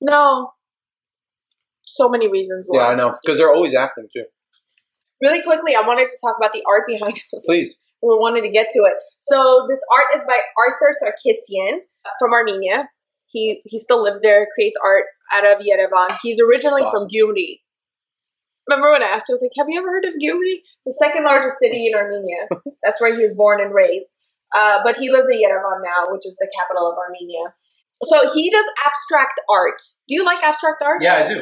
Speaker 1: No. So many reasons why.
Speaker 2: Yeah, I know. Because they're always acting too.
Speaker 1: Really quickly, I wanted to talk about the art behind us.
Speaker 2: Please.
Speaker 1: We wanted to get to it. So this art is by Arthur Sarkissian from Armenia. He he still lives there, creates art out of Yerevan. He's originally
Speaker 2: That's awesome.
Speaker 1: from Gyumri. Remember when I asked you, I was like, have you ever heard of Gyumri? It's the second largest city in Armenia. That's where he was born and raised. Uh, but he lives in Yerevan now, which is the capital of Armenia. So he does abstract art. Do you like abstract art?
Speaker 6: Yeah, I do.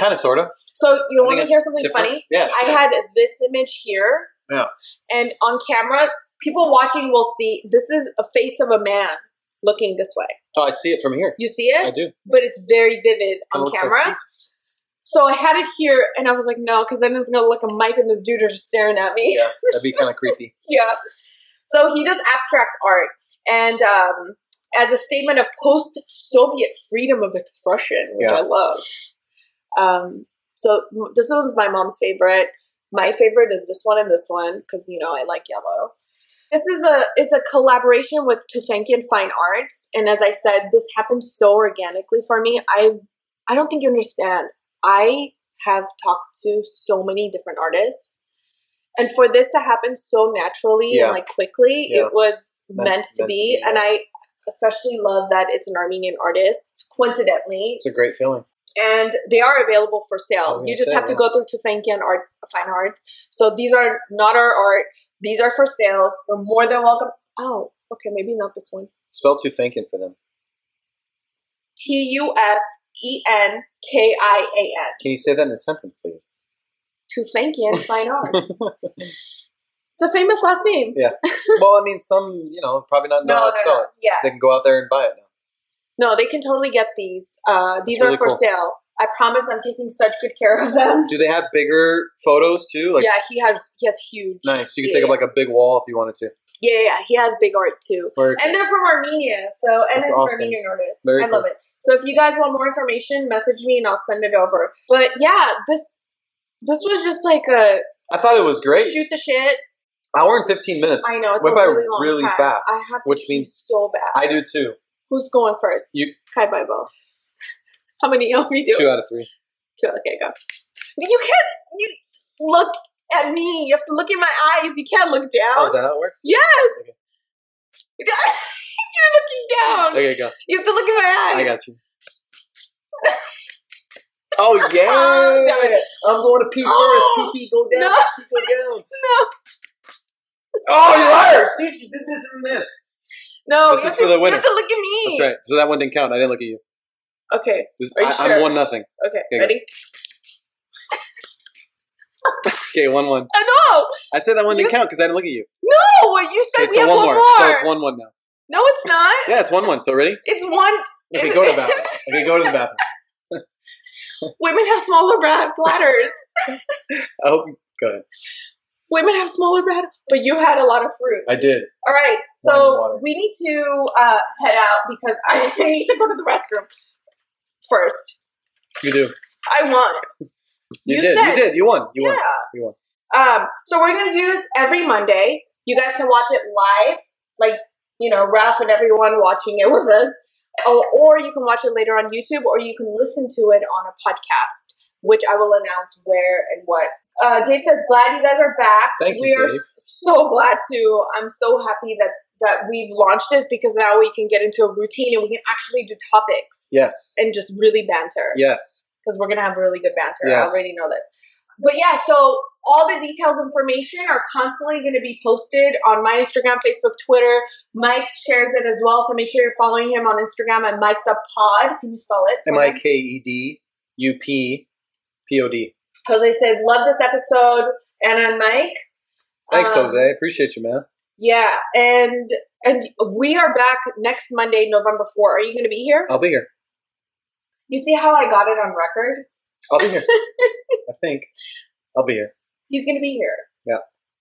Speaker 2: Kind of, sort of.
Speaker 1: So you want to
Speaker 2: it's
Speaker 1: hear something
Speaker 2: different.
Speaker 1: funny?
Speaker 2: Yes.
Speaker 1: I had this image here.
Speaker 2: Yeah.
Speaker 1: And on camera, people watching will see this is a face of a man looking this way.
Speaker 2: Oh, I see it from here.
Speaker 1: You see it?
Speaker 2: I do.
Speaker 1: But it's very vivid
Speaker 2: It
Speaker 1: on
Speaker 2: looks
Speaker 1: camera.
Speaker 2: like-
Speaker 1: so I had it here and I was like, no, because then it's going to look like Mike and this dude are just staring at me.
Speaker 2: yeah, that'd be kind of creepy.
Speaker 1: Yeah. So he does abstract art and um, as a statement of post Soviet freedom of expression, which
Speaker 2: Yeah.
Speaker 1: I love. Um, so m- this one's my mom's favorite. My favorite is this one and this one because you know I like yellow. This is a is a collaboration with Tufenkian Fine Arts, and as I said, this happened so organically for me. I I don't think you understand. I have talked to so many different artists, and for this to happen so naturally
Speaker 2: Yeah.
Speaker 1: and like quickly,
Speaker 2: Yeah.
Speaker 1: it was
Speaker 2: Meant-
Speaker 1: meant, to
Speaker 2: meant to
Speaker 1: be.
Speaker 2: be,
Speaker 1: And
Speaker 2: yeah.
Speaker 1: I especially love that it's an Armenian artist, coincidentally,
Speaker 2: It's a great feeling.
Speaker 1: and they are available for
Speaker 2: I
Speaker 1: sale.
Speaker 2: was
Speaker 1: You
Speaker 2: gonna
Speaker 1: just
Speaker 2: say,
Speaker 1: have to
Speaker 2: yeah.
Speaker 1: go through Tufenkian Art Fine Arts. So these are not our art; these are for sale. You're more than welcome. Oh, okay, maybe not this one.
Speaker 2: Spell too thinking for them.
Speaker 1: T U F E N K I A N.
Speaker 2: Can you say that in a sentence, please?
Speaker 1: Tufenkian Fine Arts. it's a famous last name.
Speaker 2: Yeah. well, I mean, some you know probably not know
Speaker 1: No,
Speaker 2: how
Speaker 1: no,
Speaker 2: to spell
Speaker 1: no.
Speaker 2: it.
Speaker 1: Yeah.
Speaker 2: They can go out there and buy it now.
Speaker 1: No, they can totally get these. Uh, these
Speaker 2: That's really
Speaker 1: are for
Speaker 2: cool.
Speaker 1: sale. I promise I'm taking such good care of them.
Speaker 2: Do they have bigger photos too? Like
Speaker 1: yeah, he has he has huge.
Speaker 2: nice. You can
Speaker 1: yeah,
Speaker 2: take up like a big wall if you wanted to.
Speaker 1: yeah, yeah, yeah, he has big art too,
Speaker 2: Or-
Speaker 1: and they're from Armenia. So and
Speaker 2: That's
Speaker 1: it's an
Speaker 2: awesome.
Speaker 1: Armenian artist.
Speaker 2: Very
Speaker 1: I love
Speaker 2: cool.
Speaker 1: it. So if you guys want more information, message me and I'll send it over. But yeah, this this was just like a
Speaker 2: I thought it was great.
Speaker 1: shoot the shit.
Speaker 2: Hour and fifteen minutes.
Speaker 1: I know it's
Speaker 2: went by
Speaker 1: a really long
Speaker 2: really
Speaker 1: time.
Speaker 2: fast,
Speaker 1: I have to
Speaker 2: which
Speaker 1: pee
Speaker 2: means
Speaker 1: so bad.
Speaker 2: I do too.
Speaker 1: Who's going first?
Speaker 2: You
Speaker 1: Kai Bibo. How many are we doing?
Speaker 2: two out of three.
Speaker 1: Two, Okay, go. You can't. You look at me. You have to look in my eyes. You can't look
Speaker 2: Oh,
Speaker 1: down.
Speaker 2: is that how it works?
Speaker 1: yes.
Speaker 2: Okay.
Speaker 1: You're looking down.
Speaker 2: Okay, go.
Speaker 1: You have to look in my eyes.
Speaker 2: I got you. Oh
Speaker 1: Damn
Speaker 2: yeah!
Speaker 1: it.
Speaker 2: I'm going to pee
Speaker 1: Oh,
Speaker 2: first. Pee, pee, go down.
Speaker 1: no.
Speaker 2: Pee, pee, go down.
Speaker 1: No.
Speaker 2: Oh, you liar! See, she did this and this.
Speaker 1: No,
Speaker 2: This is
Speaker 1: you, have
Speaker 2: for
Speaker 1: to,
Speaker 2: the
Speaker 1: you
Speaker 2: winner.
Speaker 1: have to look at me.
Speaker 2: That's right. So that one didn't count. I didn't look at you.
Speaker 1: Okay,
Speaker 2: This,
Speaker 1: Are you
Speaker 2: I,
Speaker 1: sure?
Speaker 2: I'm one nothing.
Speaker 1: okay,
Speaker 2: go.
Speaker 1: ready?
Speaker 2: Okay, one one.
Speaker 1: Oh,
Speaker 2: I said that one
Speaker 1: You-
Speaker 2: didn't count because I didn't look at you.
Speaker 1: no! No! You said
Speaker 2: Okay,
Speaker 1: we
Speaker 2: so
Speaker 1: have
Speaker 2: one more. So it's one one now.
Speaker 1: No, it's not.
Speaker 2: Yeah, it's one one. So ready?
Speaker 1: It's one.
Speaker 2: Okay, go to the bathroom. Okay, go to the bathroom.
Speaker 1: Women have smaller bra- bladders.
Speaker 2: I hope. you- Go ahead.
Speaker 1: Women have smaller bladder, but you had a lot of fruit.
Speaker 2: I did.
Speaker 1: All right,
Speaker 2: Wine and
Speaker 1: so
Speaker 2: water.
Speaker 1: we need to uh, head out because I need to go to the restroom first.
Speaker 2: You do.
Speaker 1: I won.
Speaker 2: You,
Speaker 1: You
Speaker 2: did.
Speaker 1: said-
Speaker 2: you did. You won. You
Speaker 1: yeah.
Speaker 2: won. You won.
Speaker 1: Um, so we're gonna do this every Monday. You guys can watch it live, like you know Ralph and everyone watching it with us, or, or you can watch it later on YouTube, or you can listen to it on a podcast, which I will announce where and what. Uh, Dave says, "Glad you guys are back.
Speaker 2: Thank you,
Speaker 1: we are
Speaker 2: Dave.
Speaker 1: so glad to. I'm so happy that that we've launched this because now we can get into a routine and we can actually do topics
Speaker 2: Yes.
Speaker 1: and just really banter
Speaker 2: Yes.
Speaker 1: because we're gonna have really good banter.
Speaker 2: Yes.
Speaker 1: I already know this. But yeah, so all the details information are constantly gonna be posted on my Instagram, Facebook, Twitter. Mike shares it as well, so make sure you're following him on Instagram at Mike the Pod. Can you spell it? for
Speaker 2: M I
Speaker 1: them?
Speaker 2: K E D U P P O D.
Speaker 1: Jose said, "Love this episode." And on Mike.
Speaker 2: Thanks,
Speaker 1: Um,
Speaker 2: Jose. Appreciate you, man.
Speaker 1: Yeah, and and we are back next Monday, November four. Are you gonna be here?
Speaker 2: I'll be here.
Speaker 1: You see how I got it on record?
Speaker 2: I'll be here. I think I'll be here.
Speaker 1: He's gonna be here.
Speaker 2: Yeah.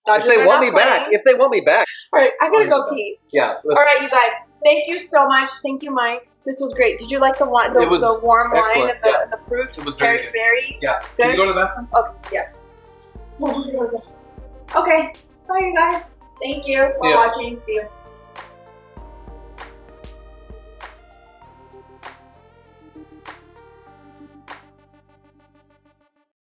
Speaker 1: Dodgers
Speaker 2: if they
Speaker 1: are
Speaker 2: want
Speaker 1: not
Speaker 2: me back,
Speaker 1: playing.
Speaker 2: if they want me back,
Speaker 1: All right, I gotta
Speaker 2: Always the
Speaker 1: go
Speaker 2: best.
Speaker 1: pee.
Speaker 2: yeah. let's-
Speaker 1: All right, you guys. Thank you so much. Thank you, Mike. This was great. Did you like the wine, the,
Speaker 2: It was
Speaker 1: the warm wine
Speaker 2: excellent,
Speaker 1: and the,
Speaker 2: yeah.
Speaker 1: the fruit?
Speaker 2: It was very
Speaker 1: Berries,
Speaker 2: good.
Speaker 1: berries.
Speaker 2: Yeah.
Speaker 1: Can you
Speaker 2: go to the bathroom?
Speaker 1: Okay. Yes. Okay. Bye, you guys. Thank you for
Speaker 2: ya.
Speaker 1: watching. See you.